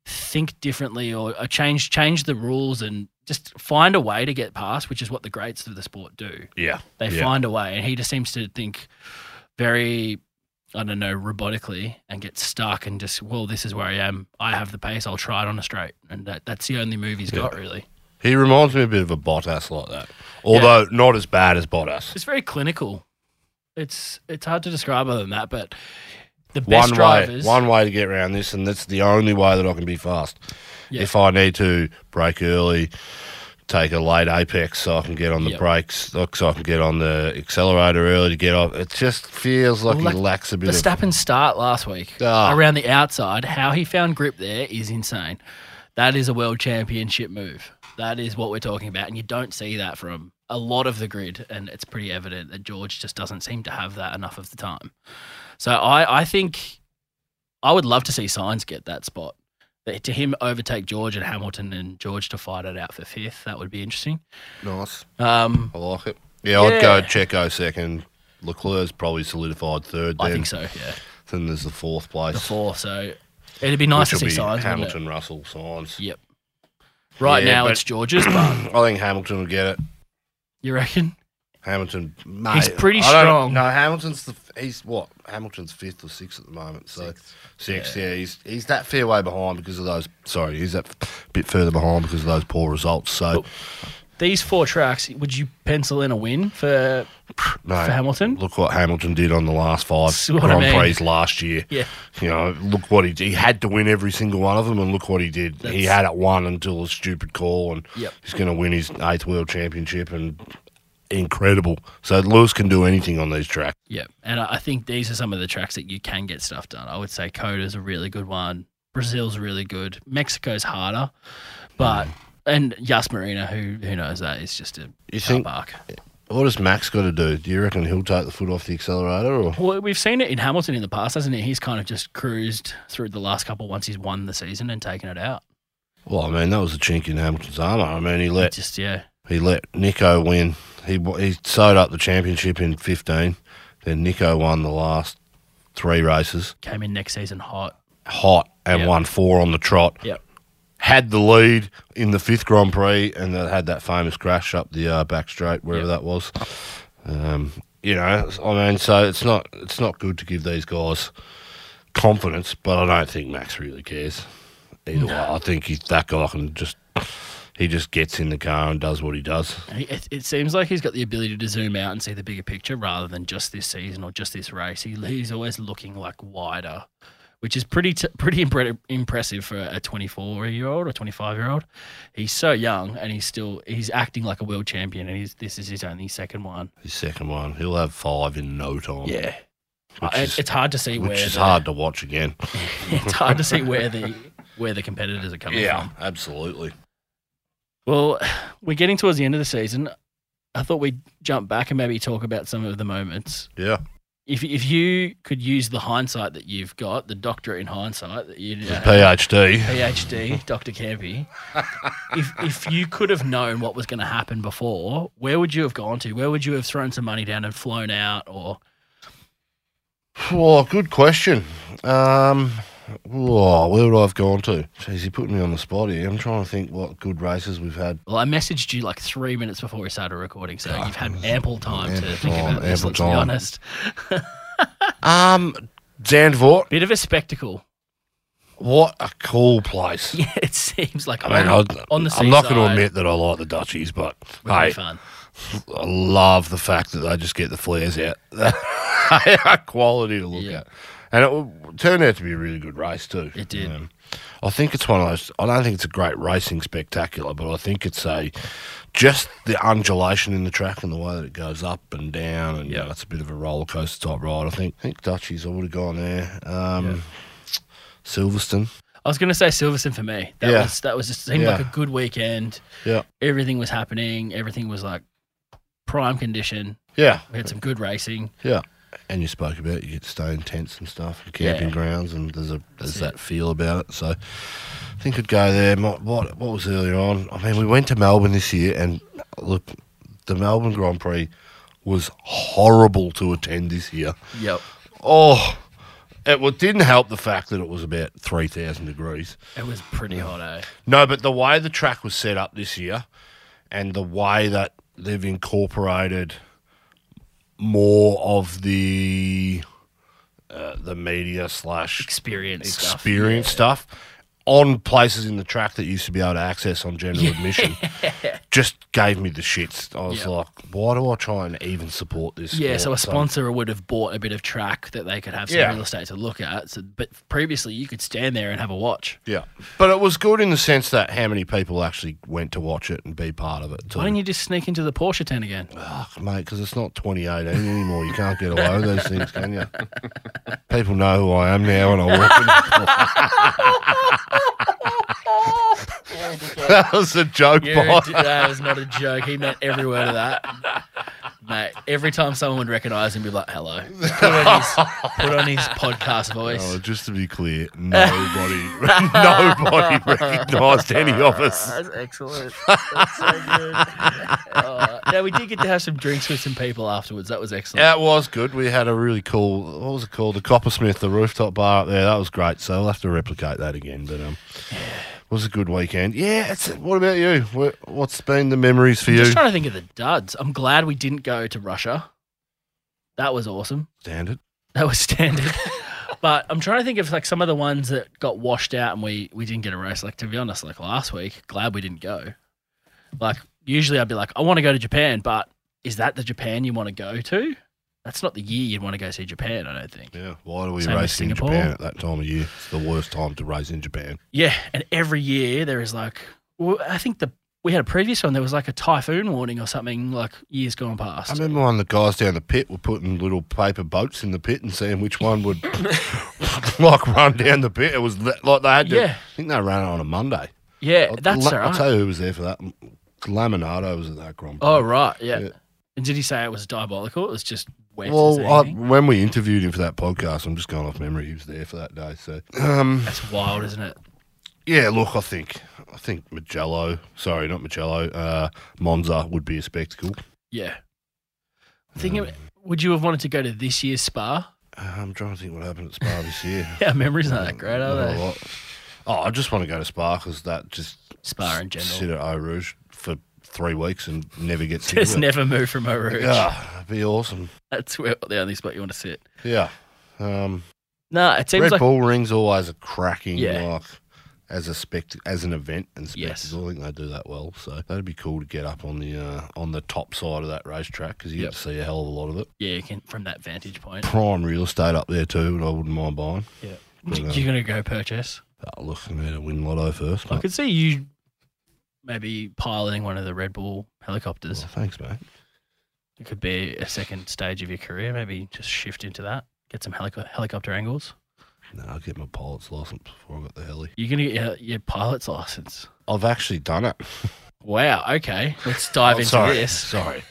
[SPEAKER 1] think differently or, or change change the rules and just find a way to get past, which is what the greats of the sport do.
[SPEAKER 2] Yeah.
[SPEAKER 1] They
[SPEAKER 2] Yeah.
[SPEAKER 1] find a way, and he just seems to think very. I don't know, robotically, and get stuck, and just well, this is where I am. I have the pace. I'll try it on a straight, and that, that's the only move he's got, really.
[SPEAKER 2] He reminds me a bit of a Bottas like that, although not as bad as Bottas.
[SPEAKER 1] It's very clinical. It's it's hard to describe other than that, but the best
[SPEAKER 2] One way,
[SPEAKER 1] drivers,
[SPEAKER 2] one way to get around this, and that's the only way that I can be fast.
[SPEAKER 1] Yeah.
[SPEAKER 2] If I need to break early, take a late apex so I can get on the
[SPEAKER 1] Yep.
[SPEAKER 2] brakes, look, so I can get on the accelerator early to get off. It just feels like
[SPEAKER 1] Well,
[SPEAKER 2] he
[SPEAKER 1] like
[SPEAKER 2] lacks a bit of.
[SPEAKER 1] Verstappen start last week
[SPEAKER 2] Ah.
[SPEAKER 1] around the outside. How he found grip there is insane. That is a world championship move. That is what we're talking about, and you don't see that from a lot of the grid. And it's pretty evident that George just doesn't seem to have that enough of the time. So I I think I would love to see Signs get that spot. That- To him overtake George and Hamilton and George to fight it out for fifth. That would be interesting.
[SPEAKER 2] nice.
[SPEAKER 1] Um,
[SPEAKER 2] I like it. Yeah, I'd go
[SPEAKER 1] Yeah.
[SPEAKER 2] Checo second. Leclerc's probably solidified third. Then,
[SPEAKER 1] I think so. Yeah,
[SPEAKER 2] then there's the fourth place.
[SPEAKER 1] the four. So it'd be nice
[SPEAKER 2] which
[SPEAKER 1] to
[SPEAKER 2] will
[SPEAKER 1] see
[SPEAKER 2] be
[SPEAKER 1] signs. Hamilton.
[SPEAKER 2] Hamilton, Russell, Signs.
[SPEAKER 1] Yep. Right
[SPEAKER 2] Yeah,
[SPEAKER 1] now
[SPEAKER 2] but-
[SPEAKER 1] it's George's,
[SPEAKER 2] *coughs*
[SPEAKER 1] but
[SPEAKER 2] *clears throat* I think Hamilton will get it.
[SPEAKER 1] you reckon?
[SPEAKER 2] Hamilton, mate,
[SPEAKER 1] He's pretty
[SPEAKER 2] I don't-
[SPEAKER 1] strong.
[SPEAKER 2] No, Hamilton's the he's what Hamilton's fifth or sixth at the moment. So sixth, yeah. He's he's that fair way behind because of those. Sorry, he's that f- bit further behind because of those poor results. So
[SPEAKER 1] These four tracks, would you pencil in a win for
[SPEAKER 2] no,
[SPEAKER 1] for Hamilton?
[SPEAKER 2] look what Hamilton did on the last five
[SPEAKER 1] That's what I
[SPEAKER 2] Grand
[SPEAKER 1] mean.
[SPEAKER 2] Prix last year.
[SPEAKER 1] Yeah.
[SPEAKER 2] You know, look what he did. He had to win every single one of them, and look what he did. he
[SPEAKER 1] That's-
[SPEAKER 2] had it won until a stupid call, and
[SPEAKER 1] Yep.
[SPEAKER 2] he's going to win his eighth world championship and. Incredible. So Lewis can do anything on these tracks.
[SPEAKER 1] Yep. And I I think these are some of the tracks that you can get stuff done. I would say Coda's a really good one. Brazil's really good. Mexico's harder, but
[SPEAKER 2] Mm.
[SPEAKER 1] and Yas Marina, who who knows that is just a
[SPEAKER 2] You
[SPEAKER 1] car
[SPEAKER 2] think-
[SPEAKER 1] bark.
[SPEAKER 2] What does Max got to do? Do you reckon he'll take the foot off the accelerator, or
[SPEAKER 1] Well, we've seen it in Hamilton in the past, hasn't it? He's kind of just cruised through the last couple once he's won the season and taken it out.
[SPEAKER 2] well, I mean, that was a chink in Hamilton's armor. I mean, he let
[SPEAKER 1] Just yeah,
[SPEAKER 2] he let Nico win. He w- he sewed up the championship in fifteen. Then Nico won the last three races,
[SPEAKER 1] came in next season hot.
[SPEAKER 2] hot, and
[SPEAKER 1] Yep.
[SPEAKER 2] won four on the trot.
[SPEAKER 1] Yep.
[SPEAKER 2] Had the lead in the fifth Grand Prix, and they had that famous crash up the uh, back straight, wherever that was. Um, you know, I mean, so it's not it's not good to give these guys confidence, but I don't think Max really cares. Either way, I think he's that guy can just he just gets in the car and does what he does.
[SPEAKER 1] He- It, it seems like he's got the ability to zoom out and see the bigger picture rather than just this season or just this race. He, he's always looking like wider, which is pretty t- pretty impre- impressive for a 24 year old or 25 year old. He's so young and he's still he's acting like a world champion, and he's this is his only second one.
[SPEAKER 2] His second one, he'll have five in no time.
[SPEAKER 1] Yeah,
[SPEAKER 2] which is,
[SPEAKER 1] Uh, it's hard to see where
[SPEAKER 2] which is
[SPEAKER 1] the-
[SPEAKER 2] hard to watch again.
[SPEAKER 1] *laughs* it's hard to see where the where the competitors are coming from.
[SPEAKER 2] absolutely.
[SPEAKER 1] Well, we're getting towards the end of the season. I thought we'd jump back and maybe talk about some of the moments.
[SPEAKER 2] Yeah.
[SPEAKER 1] If if you could use the hindsight that you've got, the doctorate in hindsight that you
[SPEAKER 2] His
[SPEAKER 1] uh,
[SPEAKER 2] PhD. *laughs*
[SPEAKER 1] PhD, Doctor Campy, if if you could have known what was going to happen before, where would you have gone to? Where would you have thrown some money down and flown out? Or
[SPEAKER 2] Well, good question. Um, Whoa, where would I have gone to? Jeez, you're putting me on the spot here. I'm trying to think what good races we've had.
[SPEAKER 1] Well, I messaged you like three minutes before we started recording, so you've had ample time to
[SPEAKER 2] ample
[SPEAKER 1] think
[SPEAKER 2] time,
[SPEAKER 1] about this.
[SPEAKER 2] ample
[SPEAKER 1] Let's be
[SPEAKER 2] time.
[SPEAKER 1] honest.
[SPEAKER 2] Um, Zandvoort.
[SPEAKER 1] Bit of a spectacle. *laughs*
[SPEAKER 2] What a cool place.
[SPEAKER 1] Yeah, it seems like
[SPEAKER 2] I mean,
[SPEAKER 1] on,
[SPEAKER 2] I,
[SPEAKER 1] on the
[SPEAKER 2] I'm not going to
[SPEAKER 1] seaside,
[SPEAKER 2] admit that I like the Dutchies, but
[SPEAKER 1] we're having
[SPEAKER 2] hey,
[SPEAKER 1] fun.
[SPEAKER 2] I love the fact that they just get the flares out. *laughs* they are quality to look
[SPEAKER 1] Yeah.
[SPEAKER 2] at. And it w- turned out to be a really good race, too.
[SPEAKER 1] It did.
[SPEAKER 2] Um, I think it's one of those, I don't think it's a great racing spectacular, but I think it's a, just the undulation in the track and the way that it goes up and down. And, yeah, it's a bit of a roller coaster type ride. I think, I think Dutchies, I would have gone there. Um, Silverstone.
[SPEAKER 1] I was going to say Silverstone for me. That
[SPEAKER 2] Yeah.
[SPEAKER 1] was that was just seemed like
[SPEAKER 2] Yeah.
[SPEAKER 1] a good weekend.
[SPEAKER 2] Yeah.
[SPEAKER 1] Everything was happening. Everything was like prime condition.
[SPEAKER 2] Yeah.
[SPEAKER 1] We had some good racing.
[SPEAKER 2] Yeah. And you spoke about you get stone tents and stuff, and
[SPEAKER 1] Yeah.
[SPEAKER 2] camping grounds, and there's a there's
[SPEAKER 1] That's
[SPEAKER 2] that feel about it. So I think I'd go there. What, what what was earlier on? I mean, we went to Melbourne this year, and look, the Melbourne Grand Prix was horrible to attend this year.
[SPEAKER 1] Yep.
[SPEAKER 2] Oh, it wa- didn't help the fact that it was about three thousand degrees.
[SPEAKER 1] It was pretty hot, eh?
[SPEAKER 2] No, but the way the track was set up this year and the way that they've incorporated more of the uh, the media slash
[SPEAKER 1] Experience stuff.
[SPEAKER 2] experience stuff on places in the track that used to be able to access on general
[SPEAKER 1] *laughs*
[SPEAKER 2] admission just gave me the shits. I was
[SPEAKER 1] Yeah.
[SPEAKER 2] like, why do I try and even support this?
[SPEAKER 1] Yeah, so a
[SPEAKER 2] sport?
[SPEAKER 1] sponsor would have bought a bit of track that they could have some
[SPEAKER 2] Yeah.
[SPEAKER 1] real estate to look at. So, but previously, you could stand there and have a watch.
[SPEAKER 2] Yeah, but it was good in the sense that how many people actually went to watch it and be part of it. Too.
[SPEAKER 1] Why don't you just sneak into the Porsche tent *laughs* again?
[SPEAKER 2] Fuck, mate, because it's not 2018 anymore. You can't get away with those things, can you? People know who I am now, and I walk in. that was a joke,
[SPEAKER 1] You're
[SPEAKER 2] boy.
[SPEAKER 1] a- that was not a joke. He meant every word of that. *laughs* Mate, every time someone would recognize him, be like, hello. *laughs* Put on his, put on his podcast
[SPEAKER 2] *laughs* Oh,
[SPEAKER 1] voice.
[SPEAKER 2] just to be clear, nobody,
[SPEAKER 1] *laughs*
[SPEAKER 2] *laughs* nobody recognised any of us.
[SPEAKER 1] That's excellent. That's so good. *laughs* Uh, now, we did get to have some drinks with some people afterwards. That was excellent.
[SPEAKER 2] That was good. We had a really cool. What was it called? The Coppersmith, the rooftop bar up there. That was great. So we'll have to replicate that again. But um, was a good weekend. Yeah. It's, what about you? What- What's been the memories for
[SPEAKER 1] I'm
[SPEAKER 2] you?
[SPEAKER 1] just trying to think of the duds. I'm glad we didn't go to Russia. That was awesome.
[SPEAKER 2] Standard.
[SPEAKER 1] That was *laughs* standard. but I'm trying to think of like some of the ones that got washed out and we we didn't get a race. Like to be honest, like last week, glad we didn't go. Like usually I'd be like, I want to go to Japan, but is that the Japan you want to go to? That's not the year you'd want to go see Japan, I don't think.
[SPEAKER 2] Yeah, why do we
[SPEAKER 1] Same as
[SPEAKER 2] race in
[SPEAKER 1] Singapore.
[SPEAKER 2] Japan at that time of year? It's the worst time to race in Japan.
[SPEAKER 1] Yeah, and every year there is like, well, I think the we had a previous one. There was like a typhoon warning or something like years gone past.
[SPEAKER 2] I remember when the guys down the pit were putting little paper boats in the pit and seeing which one
[SPEAKER 1] *laughs*
[SPEAKER 2] would like run down the pit. It was li- like they had to.
[SPEAKER 1] Yeah.
[SPEAKER 2] I think they ran it on a Monday.
[SPEAKER 1] yeah,
[SPEAKER 2] I'll-
[SPEAKER 1] that's
[SPEAKER 2] I'll,
[SPEAKER 1] all
[SPEAKER 2] I'll
[SPEAKER 1] right.
[SPEAKER 2] tell you who was there for that. Laminado was at that Grand Prix.
[SPEAKER 1] Oh right, yeah.
[SPEAKER 2] Yeah.
[SPEAKER 1] And did he say it was diabolical? It was just wet. as
[SPEAKER 2] Well, I,
[SPEAKER 1] anything?
[SPEAKER 2] when we interviewed him for that podcast, I'm just going off memory. He was there for that day. So, um,
[SPEAKER 1] that's wild, isn't it?
[SPEAKER 2] yeah, look, I think I think Magello, sorry, not Magello, uh, Monza would be a spectacle.
[SPEAKER 1] Yeah. I'm thinking, of- would you have wanted to go to this year's Spa? *laughs*
[SPEAKER 2] Uh, I'm trying to think what happened at Spa this year.
[SPEAKER 1] Yeah, memories aren't that *laughs* great, are
[SPEAKER 2] Not a
[SPEAKER 1] they?
[SPEAKER 2] lot. Oh, I just want to go to Spa because that just
[SPEAKER 1] Spa in *laughs*
[SPEAKER 2] sit
[SPEAKER 1] general.
[SPEAKER 2] at Eau Rouge for three weeks and
[SPEAKER 1] *laughs*
[SPEAKER 2] never get sick.
[SPEAKER 1] Just
[SPEAKER 2] of it.
[SPEAKER 1] never move from Eau Rouge.
[SPEAKER 2] Yeah, that'd be awesome.
[SPEAKER 1] That's where, the only spot you want to sit.
[SPEAKER 2] Yeah. Um,
[SPEAKER 1] No, it seems
[SPEAKER 2] Red
[SPEAKER 1] like
[SPEAKER 2] Bull Ring's always a cracking
[SPEAKER 1] Yeah.
[SPEAKER 2] like as a spect as an event and
[SPEAKER 1] Yes.
[SPEAKER 2] spectacle. I think they do that well. So that'd be cool to get up on the uh, on the top side of that racetrack because you
[SPEAKER 1] Yep.
[SPEAKER 2] get to see a hell of a lot of it.
[SPEAKER 1] yeah, you can, from that vantage point,
[SPEAKER 2] Prime real estate up there too, and I wouldn't mind buying. But, um,
[SPEAKER 1] you're gonna go purchase.
[SPEAKER 2] Oh, look, I need to win Lotto first.
[SPEAKER 1] I
[SPEAKER 2] mate.
[SPEAKER 1] could see you maybe piloting one of the Red Bull helicopters.
[SPEAKER 2] Well, Oh, thanks, mate.
[SPEAKER 1] It could be a second stage of your career. Maybe just shift into that. Get some helico- helicopter angles.
[SPEAKER 2] No, I'll get my pilot's license before I got the heli.
[SPEAKER 1] You're gonna get your, your pilot's license.
[SPEAKER 2] I've actually done it.
[SPEAKER 1] Wow. Okay. Let's dive
[SPEAKER 2] *laughs* Oh,
[SPEAKER 1] into
[SPEAKER 2] sorry,
[SPEAKER 1] this.
[SPEAKER 2] Sorry.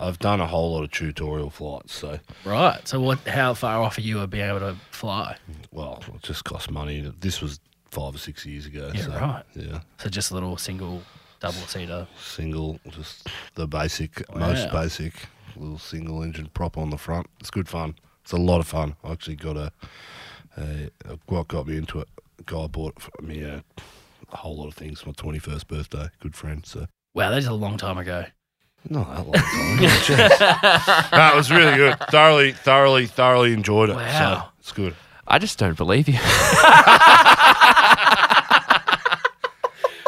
[SPEAKER 2] I've done a whole lot of tutorial flights, so
[SPEAKER 1] Right. So what? How far off are you of being able to fly?
[SPEAKER 2] well, it just costs money. This was five or six years ago.
[SPEAKER 1] Yeah,
[SPEAKER 2] so,
[SPEAKER 1] right.
[SPEAKER 2] Yeah,
[SPEAKER 1] So just a little single, double seater.
[SPEAKER 2] single, just the basic, most
[SPEAKER 1] Wow.
[SPEAKER 2] basic little single engine prop on the front. It's good fun. It's a lot of fun. I actually got a Uh, what got me into it? A guy bought for me a whole lot of things for my twenty first birthday. Good friend, so
[SPEAKER 1] Wow, that is a long time ago.
[SPEAKER 2] not that long.
[SPEAKER 1] *laughs*
[SPEAKER 2] Time. Jeez. that was really good. Thoroughly, thoroughly, thoroughly enjoyed it. So
[SPEAKER 1] Wow.
[SPEAKER 2] it's good.
[SPEAKER 3] *laughs* I just don't believe you.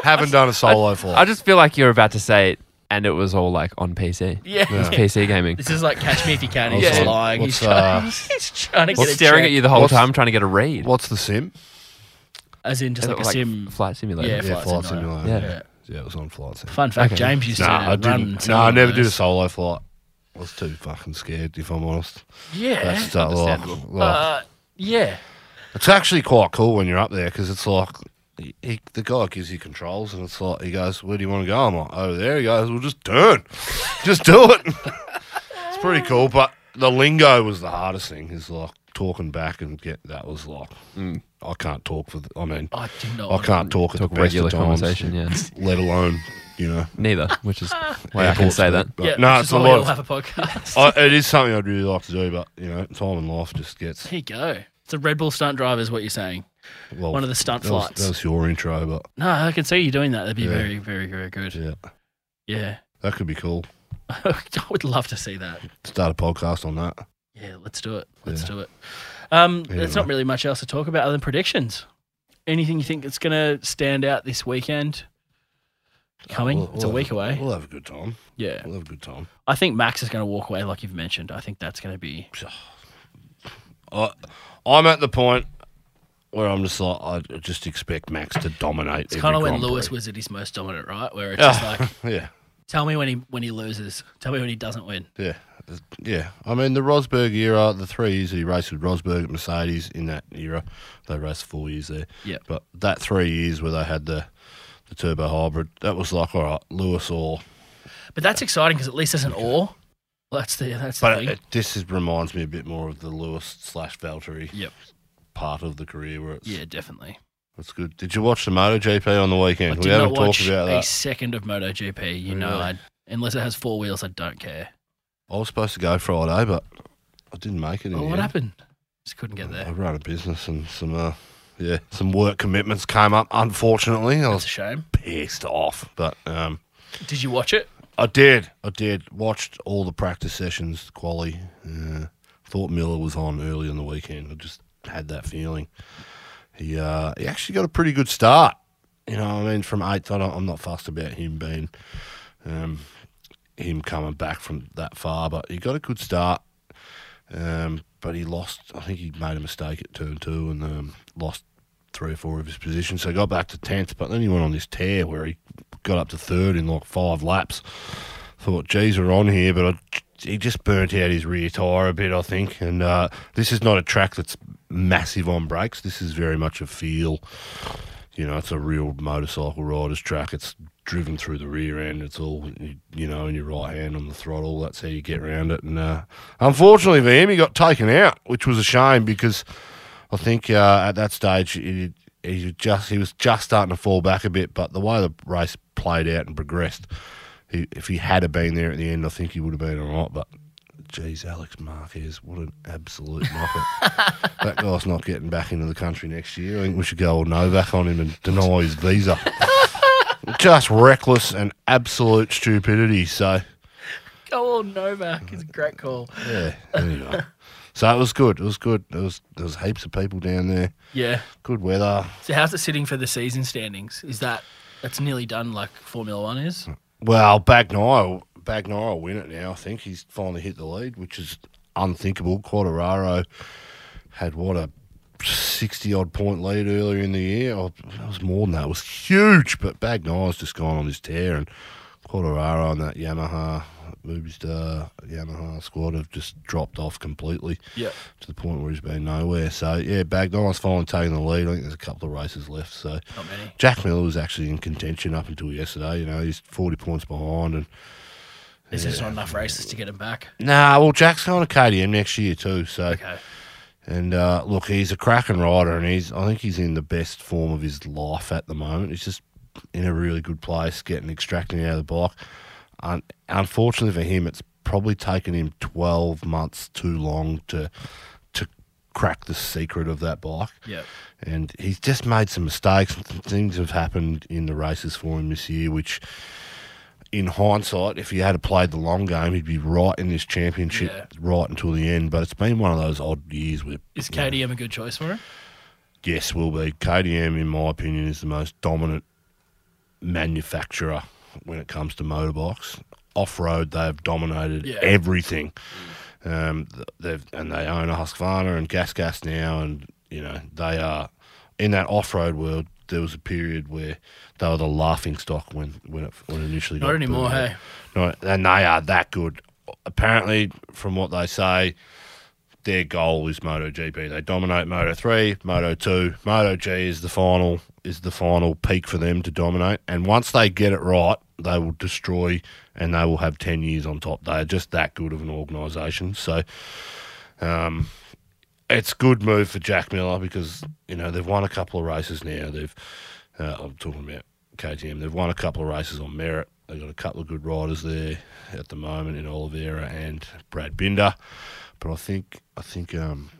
[SPEAKER 2] Haven't done a solo for.
[SPEAKER 3] I just feel like you're about to say it, and it was all like on PC.
[SPEAKER 1] Yeah.
[SPEAKER 2] Yeah.
[SPEAKER 3] PC gaming.
[SPEAKER 1] *laughs* This is like catch me if you can.
[SPEAKER 2] *laughs*
[SPEAKER 1] He's
[SPEAKER 2] What's
[SPEAKER 1] just
[SPEAKER 2] the-
[SPEAKER 1] lying.
[SPEAKER 2] what's,
[SPEAKER 1] He's trying,
[SPEAKER 2] uh,
[SPEAKER 1] he's trying to get
[SPEAKER 3] He's
[SPEAKER 1] a
[SPEAKER 3] staring at
[SPEAKER 1] check.
[SPEAKER 3] you the whole
[SPEAKER 2] What's-
[SPEAKER 3] time, trying to get a read.
[SPEAKER 2] What's the sim?
[SPEAKER 1] *laughs* As in just
[SPEAKER 3] Is
[SPEAKER 1] like
[SPEAKER 3] it
[SPEAKER 1] a sim.
[SPEAKER 3] flight simulator?
[SPEAKER 1] Yeah. Flight
[SPEAKER 2] flight
[SPEAKER 1] simulator.
[SPEAKER 2] simulator.
[SPEAKER 3] Yeah.
[SPEAKER 2] Yeah. Yeah, it was on flight sim.
[SPEAKER 1] Fun fact,
[SPEAKER 3] Okay.
[SPEAKER 1] James used to
[SPEAKER 2] Nah, I
[SPEAKER 1] run.
[SPEAKER 2] didn't.
[SPEAKER 1] some
[SPEAKER 2] No, I
[SPEAKER 1] of
[SPEAKER 2] never did a
[SPEAKER 1] those.
[SPEAKER 2] solo flight. I was too fucking scared, if I'm honest.
[SPEAKER 1] Yeah.
[SPEAKER 2] That's uh, like-
[SPEAKER 1] understandable.
[SPEAKER 2] like-
[SPEAKER 1] Uh, yeah.
[SPEAKER 2] It's actually quite cool when you're up there because it's like he, he- the guy gives you controls and it's like he goes, "Where do you want to go?" I'm like, "Over there." He goes, "Well, just turn, *laughs* just do it." *laughs* it's pretty cool, but the lingo was the hardest thing. Is like talking back and get that was like I can't talk for. The, I mean,
[SPEAKER 1] I do not.
[SPEAKER 2] I can't talk at
[SPEAKER 3] Talk
[SPEAKER 2] the best
[SPEAKER 3] regular
[SPEAKER 2] of times,
[SPEAKER 3] conversation, yeah.
[SPEAKER 2] Let alone you know.
[SPEAKER 3] *laughs* Neither, which *laughs* is why I can
[SPEAKER 2] airports
[SPEAKER 3] say
[SPEAKER 2] and
[SPEAKER 3] that.
[SPEAKER 2] But,
[SPEAKER 1] Yeah,
[SPEAKER 2] no,
[SPEAKER 1] which
[SPEAKER 2] it's
[SPEAKER 1] is
[SPEAKER 2] a
[SPEAKER 1] why we
[SPEAKER 2] lot.
[SPEAKER 1] all
[SPEAKER 2] of-
[SPEAKER 1] have a podcast.
[SPEAKER 2] I, it is something I'd really like to do, but you know, time in life just gets
[SPEAKER 1] There you go. It's a Red Bull stunt driver, is what you're saying.
[SPEAKER 2] well,
[SPEAKER 1] One of the stunt
[SPEAKER 2] Oh, that was,
[SPEAKER 1] flights.
[SPEAKER 2] that was your intro, but
[SPEAKER 1] No, I can see you doing that. That'd be
[SPEAKER 2] Yeah.
[SPEAKER 1] very, very, very good.
[SPEAKER 2] yeah,
[SPEAKER 1] Yeah. *laughs*
[SPEAKER 2] that could be cool.
[SPEAKER 1] I would love to see that.
[SPEAKER 2] Start a podcast on that.
[SPEAKER 1] Yeah, let's do it. Let's
[SPEAKER 2] Yeah.
[SPEAKER 1] do it. Um,
[SPEAKER 2] Yeah,
[SPEAKER 1] there's not
[SPEAKER 2] right.
[SPEAKER 1] really much else to talk about other than predictions. Anything you think that's going to stand out this weekend? Coming?
[SPEAKER 2] Uh, We'll-
[SPEAKER 1] it's a
[SPEAKER 2] we'll
[SPEAKER 1] week
[SPEAKER 2] have
[SPEAKER 1] away.
[SPEAKER 2] We'll have a good time.
[SPEAKER 1] yeah.
[SPEAKER 2] We'll have a good time.
[SPEAKER 1] I think Max is going to walk away, like you've mentioned. I think that's going to be.
[SPEAKER 2] I, I'm at the point where I'm just like, I just expect Max to dominate.
[SPEAKER 1] It's kind of when
[SPEAKER 2] Lewis
[SPEAKER 1] Lewis was at his most dominant, right? Where it's just like,
[SPEAKER 2] *laughs* Yeah,
[SPEAKER 1] tell me when he when he loses. Tell me when he doesn't win.
[SPEAKER 2] yeah, yeah. I mean, the Rosberg era, the three years that he raced with Rosberg at Mercedes in that era, they raced four years there.
[SPEAKER 1] Yep.
[SPEAKER 2] But that three years where they had the the turbo hybrid, that was like, all right, Lewis or.
[SPEAKER 1] But that's exciting because at least there's an or. That's the that's the
[SPEAKER 2] But
[SPEAKER 1] thing.
[SPEAKER 2] it, this is, reminds me a bit more of the Lewis slash Valtteri
[SPEAKER 1] Yep.
[SPEAKER 2] part of the career where it's
[SPEAKER 1] yeah, definitely.
[SPEAKER 2] That's good. Did you watch the MotoGP on the
[SPEAKER 1] I
[SPEAKER 2] weekend?
[SPEAKER 1] did
[SPEAKER 2] we haven't
[SPEAKER 1] not watch
[SPEAKER 2] talked about
[SPEAKER 1] a
[SPEAKER 2] that. Mm.
[SPEAKER 1] second of MotoGP. You know,
[SPEAKER 2] Really?
[SPEAKER 1] I unless it has four wheels, I don't care.
[SPEAKER 2] I was supposed to go Friday, but I didn't make it. In
[SPEAKER 1] Oh,
[SPEAKER 2] the
[SPEAKER 1] what
[SPEAKER 2] end.
[SPEAKER 1] happened? Just couldn't get
[SPEAKER 2] I
[SPEAKER 1] there.
[SPEAKER 2] ran a business and some, uh, yeah, some work commitments came up. Unfortunately, I
[SPEAKER 1] That's a
[SPEAKER 2] was
[SPEAKER 1] shame.
[SPEAKER 2] pissed off, but um,
[SPEAKER 1] Did you watch it?
[SPEAKER 2] I did. I did. Watched all the practice sessions. Quali. Uh, thought Miller was on early in the weekend. I just had that feeling. He uh, he actually got a pretty good start. You know, what I mean, from eighth, I don't, I'm not fussed about him being um, him coming back from that far, but he got a good start. Um, but he lost. I think he made a mistake at turn two and um, lost three or four of his positions. So he got back to tenth, but then he went on this tear where he got up to third in like five laps. Thought, geez, we're on here, but I, he just burnt out his rear tyre a bit, I think. And uh, this is not a track that's massive on brakes. This is very much a feel. You know, it's a real motorcycle rider's track. It's driven through the rear end. It's all, you know, in your right hand on the throttle. That's how you get around it. And uh, unfortunately for him, he got taken out, which was a shame because I think uh, at that stage he, he was just he was just starting to fall back a bit, but the way the race played out and progressed, he, if he had have been there at the end, I think he would have been all right. But geez, Alex Marquez, what an absolute knocker! that guy's not getting back into the country next year. I think we should go all Novak on him and deny his visa. just reckless and absolute stupidity. So.
[SPEAKER 1] Go on, Novak. It's a great call.
[SPEAKER 2] Yeah. Anyway. so it was good. It was good. There was there was heaps of people down there.
[SPEAKER 1] Yeah.
[SPEAKER 2] Good weather.
[SPEAKER 1] So how's it sitting for the season standings? Is that that's nearly done like Formula One is?
[SPEAKER 2] Hmm. Well, Bagnile Bagnile will win it now. I think he's finally hit the lead, which is unthinkable. Quadraro had what a sixty odd point lead earlier in the year. Oh, that was more than that. It was huge. But Bagnile's just gone on his tear, and Quadraro and that Yamaha Movistar Yamaha squad have just dropped off completely.
[SPEAKER 1] Yeah.
[SPEAKER 2] to the point where he's been nowhere. So yeah, Bagnile's finally taking the lead. I think there's a couple of races left. So
[SPEAKER 1] Not many.
[SPEAKER 2] Jack Miller was actually in contention up until yesterday. You know, he's 40 points behind. And
[SPEAKER 1] There's just not enough races to get him back.
[SPEAKER 2] nah, well, Jack's going to KDM next year too. So
[SPEAKER 1] Okay.
[SPEAKER 2] and uh, look, he's a cracking rider, and he's I think he's in the best form of his life at the moment. He's just in a really good place, getting extracting out of the bike. Un- unfortunately for him, it's probably taken him twelve months too long to to cracked the secret of that bike.
[SPEAKER 1] Yeah.
[SPEAKER 2] And he's just made some mistakes. Some things have happened in the races for him this year, which, in hindsight, if he had played the long game, he'd be right in this championship
[SPEAKER 1] Yeah.
[SPEAKER 2] right until the end. But it's been one of those odd years where.
[SPEAKER 1] Is
[SPEAKER 2] you know,
[SPEAKER 1] KDM a good choice for him?
[SPEAKER 2] Yes, will be. KDM, in my opinion, is the most dominant manufacturer when it comes to motorbikes. Off road, they've dominated
[SPEAKER 1] Yeah.
[SPEAKER 2] everything. Um, th- they've and they own a Husqvarna and Gas Gas now, and you know they are in that off road world. There was a period where they were the laughing stock when when it, when it initially
[SPEAKER 1] Not
[SPEAKER 2] got
[SPEAKER 1] anymore,
[SPEAKER 2] boomed.
[SPEAKER 1] hey.
[SPEAKER 2] No, and they are that good. Apparently, from what they say, their goal is MotoGP. They dominate Moto three, Moto two, Moto G is the final is the final peak for them to dominate. And once they get it right, they will destroy, and they will have ten years on top. They are just that good of an organisation. So, um, it's good move for Jack Miller because you know they've won a couple of races now. They've uh, I'm talking about KTM. They've won a couple of races on merit. They've got a couple of good riders there at the moment in Oliveira and Brad Binder. But I think I think um,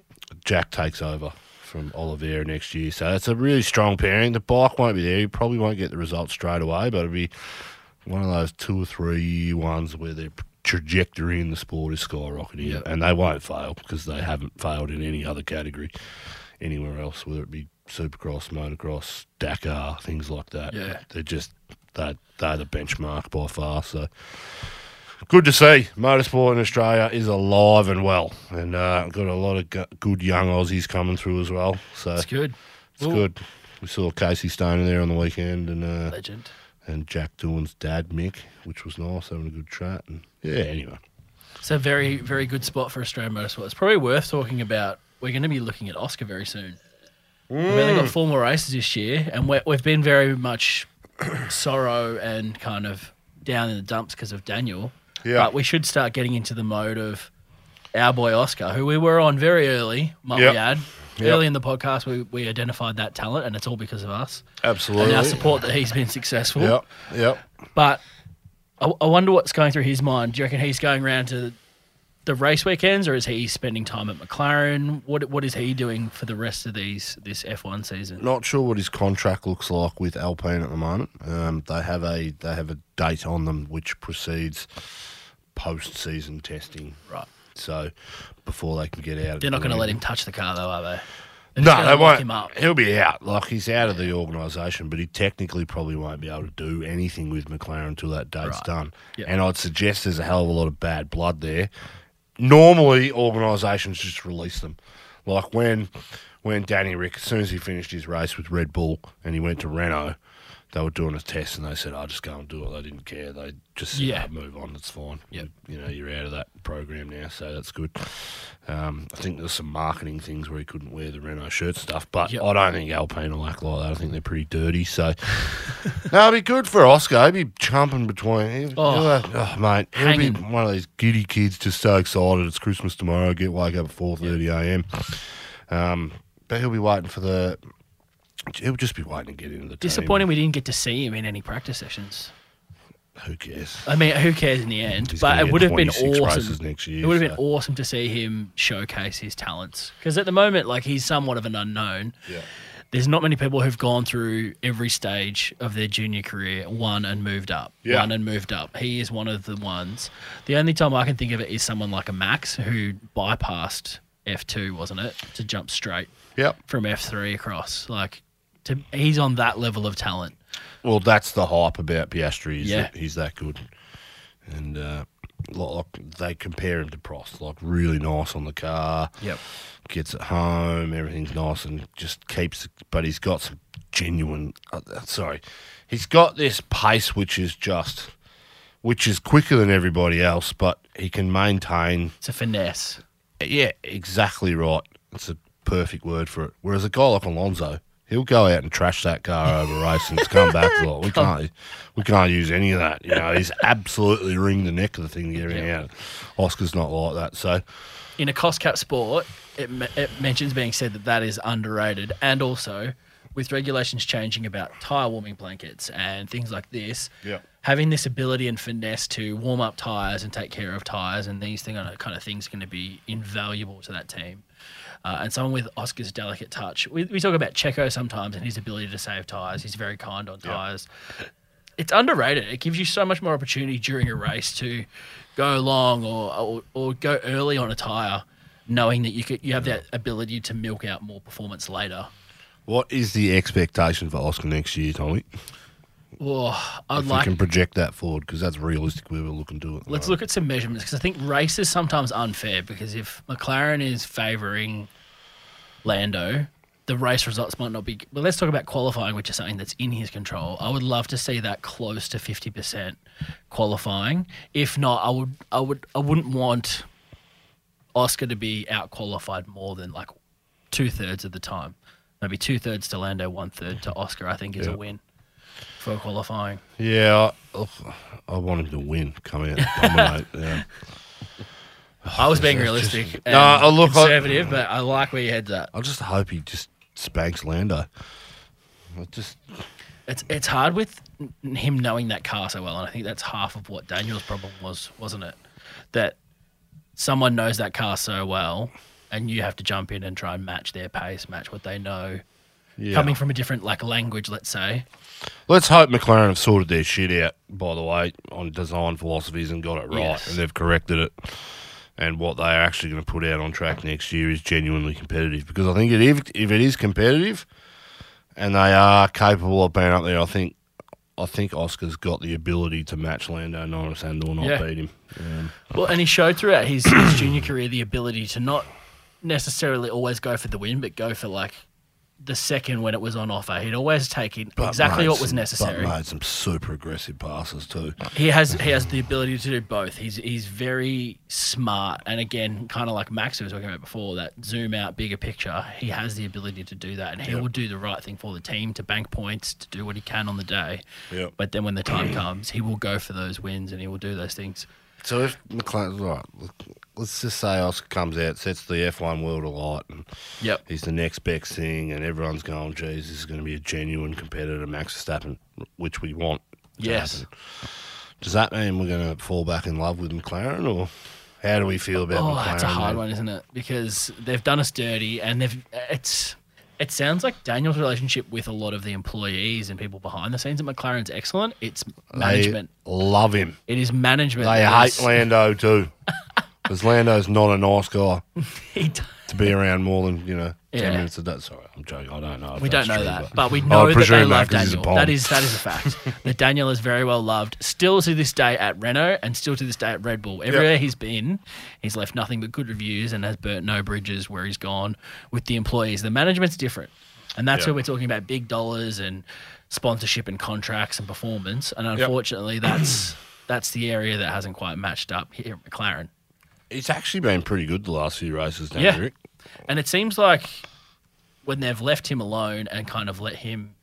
[SPEAKER 2] Jack takes over from Oliveira next year. So it's a really strong pairing. The bike won't be there. You probably won't get the results straight away, but it'll be one of those two or three year ones where their trajectory in the sport is skyrocketing, and they won't fail because they haven't failed in any other category anywhere else, whether it be Supercross, Motocross, Dakar, things like that.
[SPEAKER 1] Yeah.
[SPEAKER 2] they're just they they're the benchmark by far. So. Good to see motorsport in Australia is alive and well, and uh, got a lot of g- good young Aussies coming through as well. So
[SPEAKER 1] That's
[SPEAKER 2] Uh, it's
[SPEAKER 1] good. Well,
[SPEAKER 2] good. We saw Casey Stoner there on the weekend, and uh,
[SPEAKER 1] Legend.
[SPEAKER 2] and Jack Doohan's dad, Mick, which was nice, having a good chat. And yeah, anyway,
[SPEAKER 1] It's a very, very good spot for Australian motorsport. It's probably worth talking about. We're going to be looking at Oscar very soon. We've only got
[SPEAKER 2] Mm.
[SPEAKER 1] four more races this year, and we're, we've been very much sorrow and kind of down in the dumps because of Daniel.
[SPEAKER 2] Yeah.
[SPEAKER 1] But we should start getting into the mode of our boy Oscar, who we were on very early, might
[SPEAKER 2] Yep.
[SPEAKER 1] we add.
[SPEAKER 2] Yep.
[SPEAKER 1] Early in the podcast, we, we identified that talent, and it's all because of us
[SPEAKER 2] absolutely.
[SPEAKER 1] and our support that he's been successful.
[SPEAKER 2] Yep, yep.
[SPEAKER 1] But I, I wonder what's going through his mind. Do you reckon he's going round to the race weekends, or is he spending time at McLaren? What what is he doing for the rest of these this F one season?
[SPEAKER 2] Not sure what his contract looks like with Alpine at the moment. Um, they have a they have a date on them which precedes post season testing,
[SPEAKER 1] Right,
[SPEAKER 2] so before they can get out.
[SPEAKER 1] they're not going to
[SPEAKER 2] to
[SPEAKER 1] let him touch the car though, are they? They're just
[SPEAKER 2] No,
[SPEAKER 1] gonna
[SPEAKER 2] they
[SPEAKER 1] lock
[SPEAKER 2] won't.
[SPEAKER 1] Him up.
[SPEAKER 2] He'll be out. Like he's out of the organisation, but he technically probably won't be able to do anything with McLaren until that date's
[SPEAKER 1] Right.
[SPEAKER 2] done.
[SPEAKER 1] Yeah.
[SPEAKER 2] And I'd suggest there's a hell of a lot of bad blood there. Normally, organisations just release them. Like when when Danny Rick, as soon as he finished his race with Red Bull and he went to Renault, they were doing a test and they said, "I'll just go and do it." They didn't care. They just said,
[SPEAKER 1] Yeah.
[SPEAKER 2] "Ah, "Move on. It's fine."
[SPEAKER 1] Yep.
[SPEAKER 2] You know, you're out of that program now, so that's good. Um, I think there's some marketing things where he couldn't wear the Renault shirt stuff, but
[SPEAKER 1] Yep.
[SPEAKER 2] I don't think Alpine will act like that. I think they're pretty dirty. So, *laughs* no, it'd be good for Oscar. He'd be chomping between. He'll,
[SPEAKER 1] Oh.
[SPEAKER 2] he'll have- oh, mate, he'll be
[SPEAKER 1] Hanging.
[SPEAKER 2] one of these giddy kids just so excited. It's Christmas tomorrow. Get wake up at four thirty a.m. Um, but he'll be waiting for the. He'll just be waiting to get into the
[SPEAKER 1] Disappointing we didn't get to see him in any practice sessions.
[SPEAKER 2] Team. Who cares?
[SPEAKER 1] I mean, who cares in the end?
[SPEAKER 2] He's
[SPEAKER 1] but
[SPEAKER 2] gonna
[SPEAKER 1] it
[SPEAKER 2] get
[SPEAKER 1] would have been
[SPEAKER 2] 26
[SPEAKER 1] awesome.
[SPEAKER 2] races next year,
[SPEAKER 1] it would have been
[SPEAKER 2] so-
[SPEAKER 1] awesome to see him showcase his talents because at the moment, like he's somewhat of an unknown.
[SPEAKER 2] Yeah.
[SPEAKER 1] there's not many people who've gone through every stage of their junior career, one and moved up,
[SPEAKER 2] Yeah.
[SPEAKER 1] one and moved up. He is one of the ones. The only time I can think of it is someone like a Max who bypassed F2, wasn't it, to jump straight
[SPEAKER 2] Yep.
[SPEAKER 1] from F3 across. Like, to, he's on that level of talent.
[SPEAKER 2] Well, that's the hype about Piastri. He's,
[SPEAKER 1] Yeah.
[SPEAKER 2] that, he's that good. And uh, like, like they compare him to Prost, like really nice on the car.
[SPEAKER 1] Yep.
[SPEAKER 2] Gets it home, everything's nice, and just keeps. But he's got some genuine. Uh, sorry, he's got this pace which is just, which is quicker than everybody else, but he can maintain.
[SPEAKER 1] It's a finesse.
[SPEAKER 2] Yeah, exactly right. It's a perfect word for it. Whereas a guy like Alonso, he'll go out and trash that car over a race and it's come back a lot. We can't, we can't use any of that. You know, he's absolutely wring the neck of the thing to get everything out. Oscar's not like that. So
[SPEAKER 1] In a cost cap sport, it, me- it mentions being said that that is underrated. And also, with regulations changing about tyre warming blankets and things like this,
[SPEAKER 2] yeah,
[SPEAKER 1] having this ability and finesse to warm up tires and take care of tires and these thing, kind of things are going to be invaluable to that team. Uh, and someone with Oscar's delicate touch. We, we talk about Checo sometimes and his ability to save tires. He's very kind on tires. It's underrated. It gives you so much more opportunity during a race to go long or or, or go early on a tire, knowing that you could, you have that ability to milk out more performance later.
[SPEAKER 2] What is the expectation for Oscar next year, Tommy?
[SPEAKER 1] Oh, I'd
[SPEAKER 2] If
[SPEAKER 1] like
[SPEAKER 2] we can project that forward, because that's realistic where we're looking to it.
[SPEAKER 1] Let's look at some measurements because I think race is sometimes unfair because if McLaren is favouring Lando, the race results might not be. Well, let's talk about qualifying, which is something that's in his control. I would love to see that close to fifty percent qualifying. If not, I would, I would, I wouldn't want Oscar to be out qualified more than like two thirds of the time. Maybe two thirds to Lando, one third to Oscar. I think is a
[SPEAKER 2] Yeah.
[SPEAKER 1] win for qualifying.
[SPEAKER 2] Yeah, I, look, I want him to win. Come out, and dominate.
[SPEAKER 1] *laughs*
[SPEAKER 2] Yeah.
[SPEAKER 1] I was being
[SPEAKER 2] It's
[SPEAKER 1] realistic
[SPEAKER 2] just-
[SPEAKER 1] and
[SPEAKER 2] No, I look- I-
[SPEAKER 1] conservative, but I like where your head's at.
[SPEAKER 2] I just hope he just spanks Lando. I just
[SPEAKER 1] It's it's hard with n- him knowing that car so well, and I think that's half of what Daniel's problem was, wasn't it? That someone knows that car so well, and you have to jump in and try and match their pace, match what they know,
[SPEAKER 2] yeah.
[SPEAKER 1] coming from a different like language, let's say.
[SPEAKER 2] Let's hope McLaren have sorted their shit out, by the way, on design philosophies and got it right,
[SPEAKER 1] Yes.
[SPEAKER 2] and they've corrected it. And what they're actually going to put out on track next year is genuinely competitive because I think it, if, if it is competitive and they are capable of being up there, I think I think Oscar's got the ability to match Lando Norris and or not
[SPEAKER 1] Yeah.
[SPEAKER 2] beat him. Um,
[SPEAKER 1] Well, and he showed throughout his,
[SPEAKER 2] *clears throat*
[SPEAKER 1] his junior career the ability to not necessarily always go for the win, but go for like the second when it was on offer. He'd always take in
[SPEAKER 2] but
[SPEAKER 1] exactly
[SPEAKER 2] made
[SPEAKER 1] what was
[SPEAKER 2] some-
[SPEAKER 1] necessary.
[SPEAKER 2] But made some super aggressive passes too.
[SPEAKER 1] He has he has the ability to do both. He's he's very smart, and again, kind of like Max who was talking about before, that zoom out, bigger picture. He has the ability to do that, and he will do the right thing for the team to bank points, to do what he can on the day.
[SPEAKER 2] Yep.
[SPEAKER 1] But then when the *clears throat* time comes, he will go for those wins, and he will do those things.
[SPEAKER 2] So if McLaren, all right, look, let's just say Oscar comes out, sets the F1 world alight, and
[SPEAKER 1] Yep.
[SPEAKER 2] he's the next big thing, and everyone's going, geez, this is going to be a genuine competitor, Max Verstappen, which we want. to
[SPEAKER 1] Yes.
[SPEAKER 2] happen. Does that mean we're going to fall back in love with McLaren, or how do we feel about
[SPEAKER 1] Oh,
[SPEAKER 2] McLaren?
[SPEAKER 1] that's a hard
[SPEAKER 2] then?
[SPEAKER 1] one, isn't it? Because they've done us dirty, and they've it's. It sounds like Daniel's relationship with a lot of the employees and people behind the scenes at McLaren's excellent. It's management.
[SPEAKER 2] They love him.
[SPEAKER 1] it is management.
[SPEAKER 2] They
[SPEAKER 1] that
[SPEAKER 2] hate
[SPEAKER 1] is- *laughs*
[SPEAKER 2] Lando too, because Lando's not a nice guy
[SPEAKER 1] He d-
[SPEAKER 2] to be around more than you know ten
[SPEAKER 1] Yeah.
[SPEAKER 2] minutes a day. Sorry, I'm joking. I don't know. if
[SPEAKER 1] We
[SPEAKER 2] that's
[SPEAKER 1] don't know
[SPEAKER 2] true,
[SPEAKER 1] that,
[SPEAKER 2] but-
[SPEAKER 1] but we
[SPEAKER 2] I
[SPEAKER 1] know
[SPEAKER 2] would
[SPEAKER 1] that they
[SPEAKER 2] presume
[SPEAKER 1] love
[SPEAKER 2] 'cause he's a
[SPEAKER 1] Daniel.
[SPEAKER 2] Pom.
[SPEAKER 1] That is that is a fact. *laughs* that Daniel is very well loved, still to this day at Renault, and still to this day at Red Bull. Everywhere he's been, he's left nothing but good reviews and has burnt no bridges where he's gone with the employees. The management's different, and that's
[SPEAKER 2] Yeah.
[SPEAKER 1] where we're talking about big dollars and sponsorship and contracts and performance. And unfortunately, that's that's the area that hasn't quite matched up here at McLaren.
[SPEAKER 2] It's actually been pretty good the last few races, now,
[SPEAKER 1] Yeah.
[SPEAKER 2] Rick.
[SPEAKER 1] And it seems like when they've left him alone and kind of let him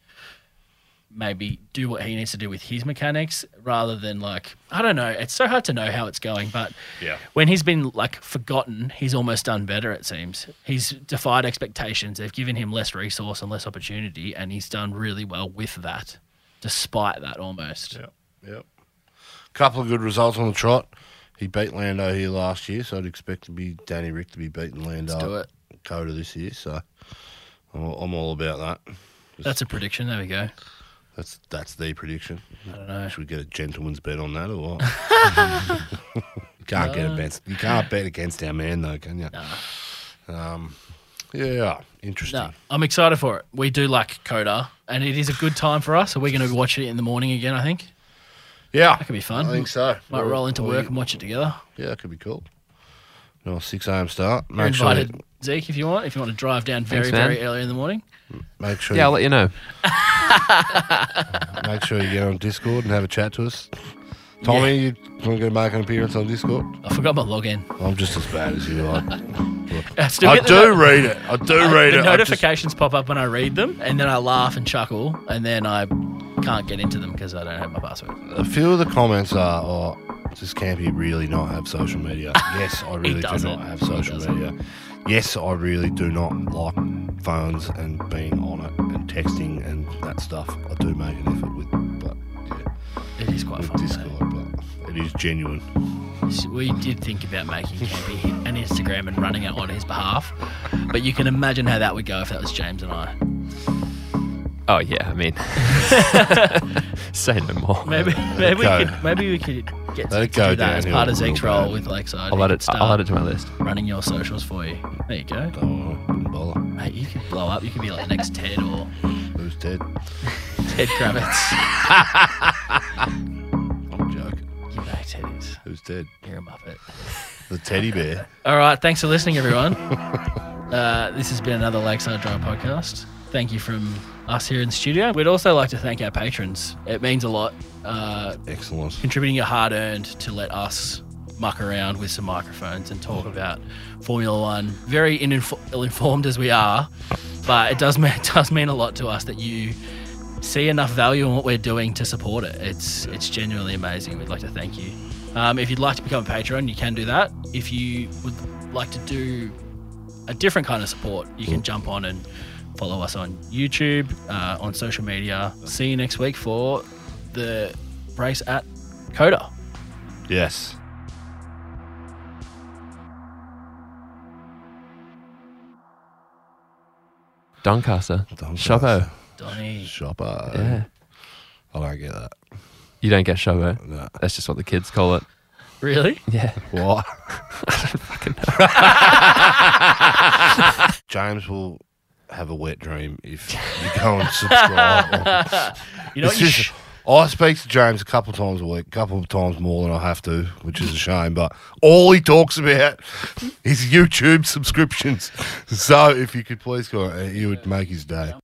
[SPEAKER 1] maybe do what he needs to do with his mechanics rather than like I don't know, it's so hard to know how it's going, but
[SPEAKER 2] Yeah.
[SPEAKER 1] when he's been like forgotten, he's almost done better it seems. He's defied expectations. They've given him less resource and less opportunity and he's done really well with that despite that almost.
[SPEAKER 2] Yep. Couple of good results on the trot. He beat Lando here last year, so I'd expect to be Danny Rick to be beating Lando
[SPEAKER 1] do it.
[SPEAKER 2] Coda this year. So I'm all, I'm all about that.
[SPEAKER 1] That's a prediction. There we go.
[SPEAKER 2] That's that's the prediction.
[SPEAKER 1] I don't know.
[SPEAKER 2] Should we get a gentleman's bet on that
[SPEAKER 1] *laughs*
[SPEAKER 2] or what? can't get a bet. You can't bet against our man though, can you? Um, yeah, interesting.
[SPEAKER 1] No, I'm excited for it. We do like Coda, and it is a good time for us. Are we going to watch it in the morning again? I think
[SPEAKER 2] Yeah,
[SPEAKER 1] that could be fun.
[SPEAKER 2] I think so.
[SPEAKER 1] Might
[SPEAKER 2] Or-
[SPEAKER 1] roll into
[SPEAKER 2] or
[SPEAKER 1] work
[SPEAKER 2] you-
[SPEAKER 1] and watch it together.
[SPEAKER 2] Yeah, that could be cool. No, six a.m. start.
[SPEAKER 1] You're
[SPEAKER 2] Make sure,
[SPEAKER 1] invited,
[SPEAKER 2] you,
[SPEAKER 1] Zeke, if you want. If you want to drive down very,
[SPEAKER 3] Thanks, man.
[SPEAKER 1] very early in the morning,
[SPEAKER 2] make sure,
[SPEAKER 3] Yeah, I'll let you know.
[SPEAKER 2] make sure you get on Discord and have a chat to us. Tommy, you want to go make an appearance on Discord?
[SPEAKER 1] I forgot my login. *laughs*
[SPEAKER 2] I'm just as bad as you are.
[SPEAKER 1] I, still
[SPEAKER 2] I
[SPEAKER 1] get the
[SPEAKER 2] do
[SPEAKER 1] no-
[SPEAKER 2] read it. I do
[SPEAKER 1] uh,
[SPEAKER 2] read
[SPEAKER 1] the
[SPEAKER 2] it. I just-
[SPEAKER 1] notifications pop up when I read them, and then I laugh and chuckle, and then I can't get into them because I don't have my password.
[SPEAKER 2] a few of the comments are, "Oh, does Campy really not have
[SPEAKER 1] *laughs*
[SPEAKER 2] social media?" Yes, I really do
[SPEAKER 1] doesn't.
[SPEAKER 2] not have
[SPEAKER 1] He
[SPEAKER 2] social
[SPEAKER 1] doesn't.
[SPEAKER 2] media. Yes, I really do not like phones and being on it and texting and that stuff. I do make an effort with, but yeah.
[SPEAKER 1] It is quite
[SPEAKER 2] with
[SPEAKER 1] fun. though.
[SPEAKER 2] Discord, but it is genuine.
[SPEAKER 1] So We did think about making Campy an Instagram and running it on his behalf, but you can imagine how that would go if that was James and I.
[SPEAKER 3] Oh yeah, I *laughs* mean, say no
[SPEAKER 1] *laughs*
[SPEAKER 3] more.
[SPEAKER 1] Maybe, maybe we
[SPEAKER 2] go.
[SPEAKER 1] could, maybe we could get
[SPEAKER 2] Let
[SPEAKER 1] to
[SPEAKER 2] it go
[SPEAKER 1] do that as
[SPEAKER 2] downhill
[SPEAKER 1] part of
[SPEAKER 2] real
[SPEAKER 1] Zeke's role
[SPEAKER 2] bad.
[SPEAKER 1] with Lakeside.
[SPEAKER 3] I'll
[SPEAKER 1] He
[SPEAKER 3] add
[SPEAKER 1] could
[SPEAKER 3] it. I'll add
[SPEAKER 1] start
[SPEAKER 3] it to my list.
[SPEAKER 1] running your socials for you. There you go,
[SPEAKER 2] Oh, wouldn't bother.
[SPEAKER 1] mate. You could blow up. You could be like next Ted or
[SPEAKER 2] Who's dead?
[SPEAKER 1] Ted Kravitz.
[SPEAKER 2] I'm joking.
[SPEAKER 1] *laughs* you know who Ted is.
[SPEAKER 2] Who's dead?
[SPEAKER 1] You're a muppet.
[SPEAKER 2] The teddy bear.
[SPEAKER 1] All right. Thanks for listening, everyone. *laughs* uh, this has been another Lakeside Drive podcast. Thank you from us here in the studio. We'd also like to thank our patrons. It means a lot. Uh,
[SPEAKER 2] Excellent.
[SPEAKER 1] contributing your hard earned to let us muck around with some microphones and talk about Formula One. Very in- ill informed as we are, but it does mean, *laughs* it does mean a lot to us that you see enough value in what we're doing to support it. It's it's genuinely amazing. We'd like to thank you. Um, if you'd like to become a patron, you can do that. If you would like to do a different kind of support, you can jump on and follow us on YouTube, uh, on social media. See you next week for the race at Coda.
[SPEAKER 2] Yes.
[SPEAKER 3] Doncaster.
[SPEAKER 2] Doncaster.
[SPEAKER 3] Shoppo.
[SPEAKER 1] Donny.
[SPEAKER 2] Shopper. Oh,
[SPEAKER 3] Yeah.
[SPEAKER 2] I don't get that.
[SPEAKER 3] You don't get Shobo.
[SPEAKER 2] No.
[SPEAKER 3] That's just what the kids call it.
[SPEAKER 1] Really?
[SPEAKER 3] Yeah.
[SPEAKER 2] What? *laughs* James will have a wet dream if you go and subscribe.
[SPEAKER 1] You know
[SPEAKER 2] It's
[SPEAKER 1] what? You
[SPEAKER 2] just-
[SPEAKER 1] sh-
[SPEAKER 2] I speak to James a couple of times a week, a couple of times more than I have to, which is a shame. But all he talks about *laughs* is YouTube subscriptions. So if you could please go, it uh, would make his day.